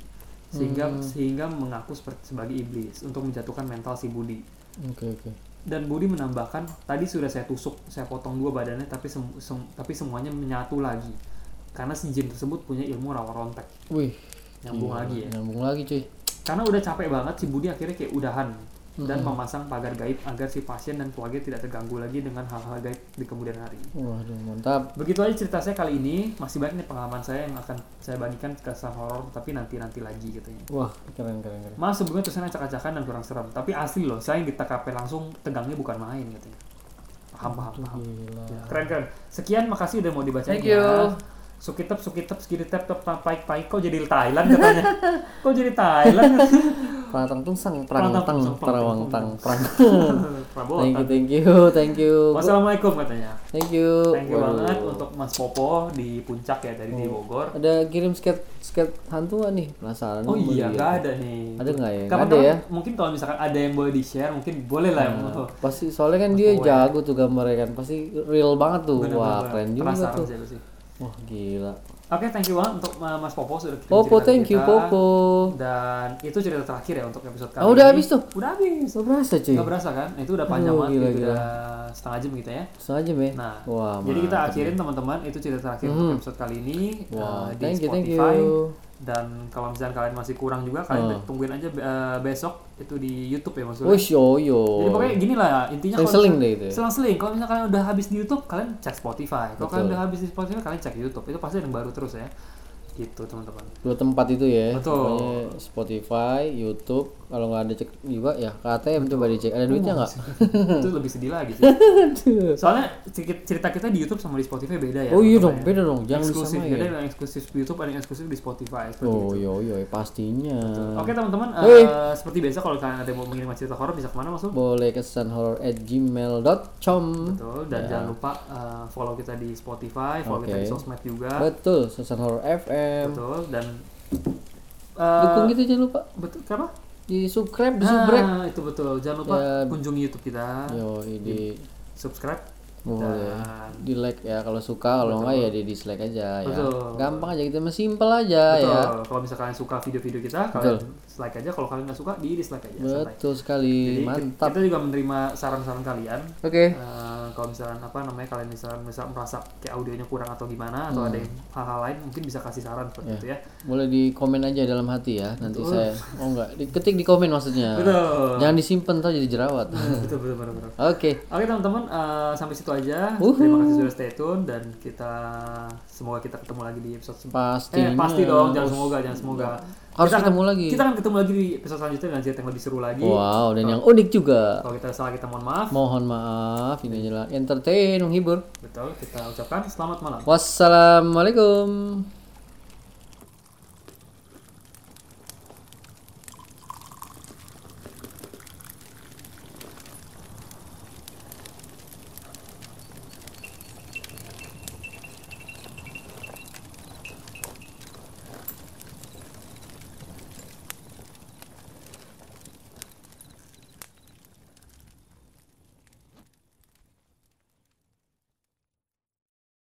Speaker 2: sehingga sehingga mengaku seperti sebagai iblis untuk menjatuhkan mental si Budi.
Speaker 1: Oke oke.
Speaker 2: Dan Budi menambahkan, tadi sudah saya tusuk, saya potong dua badannya, tapi sem- sem- tapi semuanya menyatu lagi. karena si jin tersebut punya ilmu rawa rontek
Speaker 1: Wih, Iya.
Speaker 2: nyambung lagi ya
Speaker 1: nyambung lagi cuy.
Speaker 2: karena udah capek banget si Budi akhirnya kayak udahan dan memasang pagar gaib agar si pasien dan keluarga tidak terganggu lagi dengan hal-hal gaib di kemudian hari.
Speaker 1: Waduh, mantap.
Speaker 2: Begitu aja cerita saya kali ini, masih banyak nih pengalaman saya yang akan saya bagikan ke kisah horor tapi nanti-nanti lagi katanya.
Speaker 1: Wah, keren keren keren.
Speaker 2: Mas sebelumnya tulisannya acak-acakan dan kurang serem, tapi asli loh, saya yang di TKP langsung tegangnya bukan main katanya. Paham, paham,
Speaker 1: Tuh,
Speaker 2: paham.
Speaker 1: gila.
Speaker 2: Keren, keren. Sekian, makasih udah mau dibacain
Speaker 1: Thank you.
Speaker 2: Sukitep, sukitep, skiditep, tep, tep, paik, paik, kok jadi Thailand katanya. kok jadi Thailand?
Speaker 1: Pelatang tungsang, perang
Speaker 2: Pelatang
Speaker 1: tang,
Speaker 2: tungsang, perang
Speaker 1: perawang tang,
Speaker 2: tungsang.
Speaker 1: perang.
Speaker 2: Prabowo.
Speaker 1: Thank you, thank you, thank you,
Speaker 2: Wassalamualaikum katanya.
Speaker 1: thank you.
Speaker 2: Thank you
Speaker 1: Waduh. Hmm.
Speaker 2: banget untuk Mas Popo di puncak ya dari di Bogor.
Speaker 1: Ada kirim skate skate hantuan nih, penasaran.
Speaker 2: Oh
Speaker 1: sama
Speaker 2: iya,
Speaker 1: dia.
Speaker 2: nggak ada nih.
Speaker 1: Ada nggak ya? Nggak ada
Speaker 2: Kapan-kapan
Speaker 1: ya?
Speaker 2: Mungkin kalau misalkan ada yang boleh di share, mungkin boleh lah.
Speaker 1: Nah, pasti soalnya kan
Speaker 2: ya.
Speaker 1: dia jago tuh gambarnya kan, pasti real banget tuh. Wah, keren juga
Speaker 2: Penasaran
Speaker 1: tuh.
Speaker 2: saya sih.
Speaker 1: Wah, gila.
Speaker 2: Oke, thank you banget untuk uh, Mas Popo sudah kirim
Speaker 1: Popo,
Speaker 2: cerita
Speaker 1: thank you
Speaker 2: kita.
Speaker 1: Popo.
Speaker 2: Dan itu cerita terakhir ya untuk episode kali
Speaker 1: Oh, udah
Speaker 2: ini.
Speaker 1: habis tuh?
Speaker 2: Udah habis.
Speaker 1: Gak berasa cuy.
Speaker 2: Nggak berasa kan? Itu udah panjang
Speaker 1: Aduh,
Speaker 2: banget,
Speaker 1: gila,
Speaker 2: itu
Speaker 1: gila.
Speaker 2: udah setengah jam gitu ya.
Speaker 1: Sengaja men.
Speaker 2: Nah,
Speaker 1: Wah,
Speaker 2: jadi kita
Speaker 1: mantap.
Speaker 2: akhirin teman-teman itu cerita terakhir untuk episode kali ini
Speaker 1: Hmm. Wah,
Speaker 2: uh, di
Speaker 1: thank you, thank
Speaker 2: Spotify.
Speaker 1: you. Hmm.
Speaker 2: Dan kalau misalnya kalian masih kurang juga, kalian tungguin aja uh, besok itu di YouTube ya maksudnya.
Speaker 1: Wish yo yo.
Speaker 2: Jadi pokoknya gitu. gini lah intinya
Speaker 1: Seling-seling deh itu ya.
Speaker 2: Selang-seling. Kalau misalnya kalian udah habis di YouTube, kalian cek Spotify. Kalau kalian udah habis di Spotify, kalian cek YouTube. Itu pasti ada yang baru terus ya. Gitu teman-teman.
Speaker 1: dua tempat itu ya
Speaker 2: Betul.
Speaker 1: pokoknya Spotify YouTube kalau nggak ada cek juga ya KTM coba dicek ada duitnya nggak
Speaker 2: itu lebih sedih lagi sih. Soalnya cerita cerita kita di YouTube sama di Spotify beda ya.
Speaker 1: oh iya dong
Speaker 2: teman-teman ya.
Speaker 1: beda dong jangan
Speaker 2: Eksklusif,
Speaker 1: disamain
Speaker 2: ada
Speaker 1: ya
Speaker 2: yang eksklusif di YouTube, ada yang eksklusif di Spotify. Seperti gitu.
Speaker 1: oh
Speaker 2: itu.
Speaker 1: yo yo pastinya
Speaker 2: Oke teman-teman, eh,
Speaker 1: Hei.
Speaker 2: seperti biasa kalau kalian ada yang mau mengirim cerita horor bisa kemana masuk?
Speaker 1: boleh kesan horror at gmail.com
Speaker 2: Betul. Dan jangan lupa eh, follow kita di Spotify, follow
Speaker 1: Ya.
Speaker 2: kita
Speaker 1: Oke.
Speaker 2: di sosmed juga.
Speaker 1: betul kesan horror FM
Speaker 2: Betul. Dan eh,
Speaker 1: dukung gitu jangan lupa
Speaker 2: Betul. Kenapa?
Speaker 1: di subscribe di subrek
Speaker 2: Nah, itu betul. Jangan lupa
Speaker 1: Ya.
Speaker 2: kunjungi YouTube kita,
Speaker 1: yo di
Speaker 2: subscribe
Speaker 1: boleh
Speaker 2: dan
Speaker 1: di like ya kalau suka kalau nggak ya di dislike aja ya
Speaker 2: Betul.
Speaker 1: gampang aja kita mah simple aja
Speaker 2: betul. Iya,
Speaker 1: ya
Speaker 2: Kalau misalnya kalian suka video-video kita, kalian like aja. Kalau kalian nggak suka, di dislike aja. Santai.
Speaker 1: betul sekali
Speaker 2: Jadi,
Speaker 1: mantap
Speaker 2: Kita juga menerima saran-saran kalian.
Speaker 1: oke
Speaker 2: Eh, kalau misalkan apa namanya kalian misalkan misal merasa kayak audionya kurang atau gimana
Speaker 1: Hmm.
Speaker 2: atau ada yang hal-hal lain mungkin bisa kasih saran seperti itu ya
Speaker 1: boleh di komen aja dalam hati ya nanti saya oh enggak diketik di komen maksudnya Eh,
Speaker 2: betul
Speaker 1: jangan disimpan tau jadi jerawat oke
Speaker 2: betul betul betul, betul. Oke teman-teman eh, sampai situ aja terima kasih sudah stay tune dan kita semoga kita ketemu lagi di episode se-
Speaker 1: pastinya
Speaker 2: eh, pasti dong jangan semoga jangan semoga
Speaker 1: harus
Speaker 2: kita akan,
Speaker 1: ketemu lagi
Speaker 2: kita akan ketemu lagi di episode selanjutnya dengan cerita yang lebih seru lagi
Speaker 1: wow dan yang unik juga
Speaker 2: kalau kita salah kita mohon maaf
Speaker 1: mohon maaf ini adalah entertain menghibur
Speaker 2: betul kita ucapkan selamat malam
Speaker 1: wassalamualaikum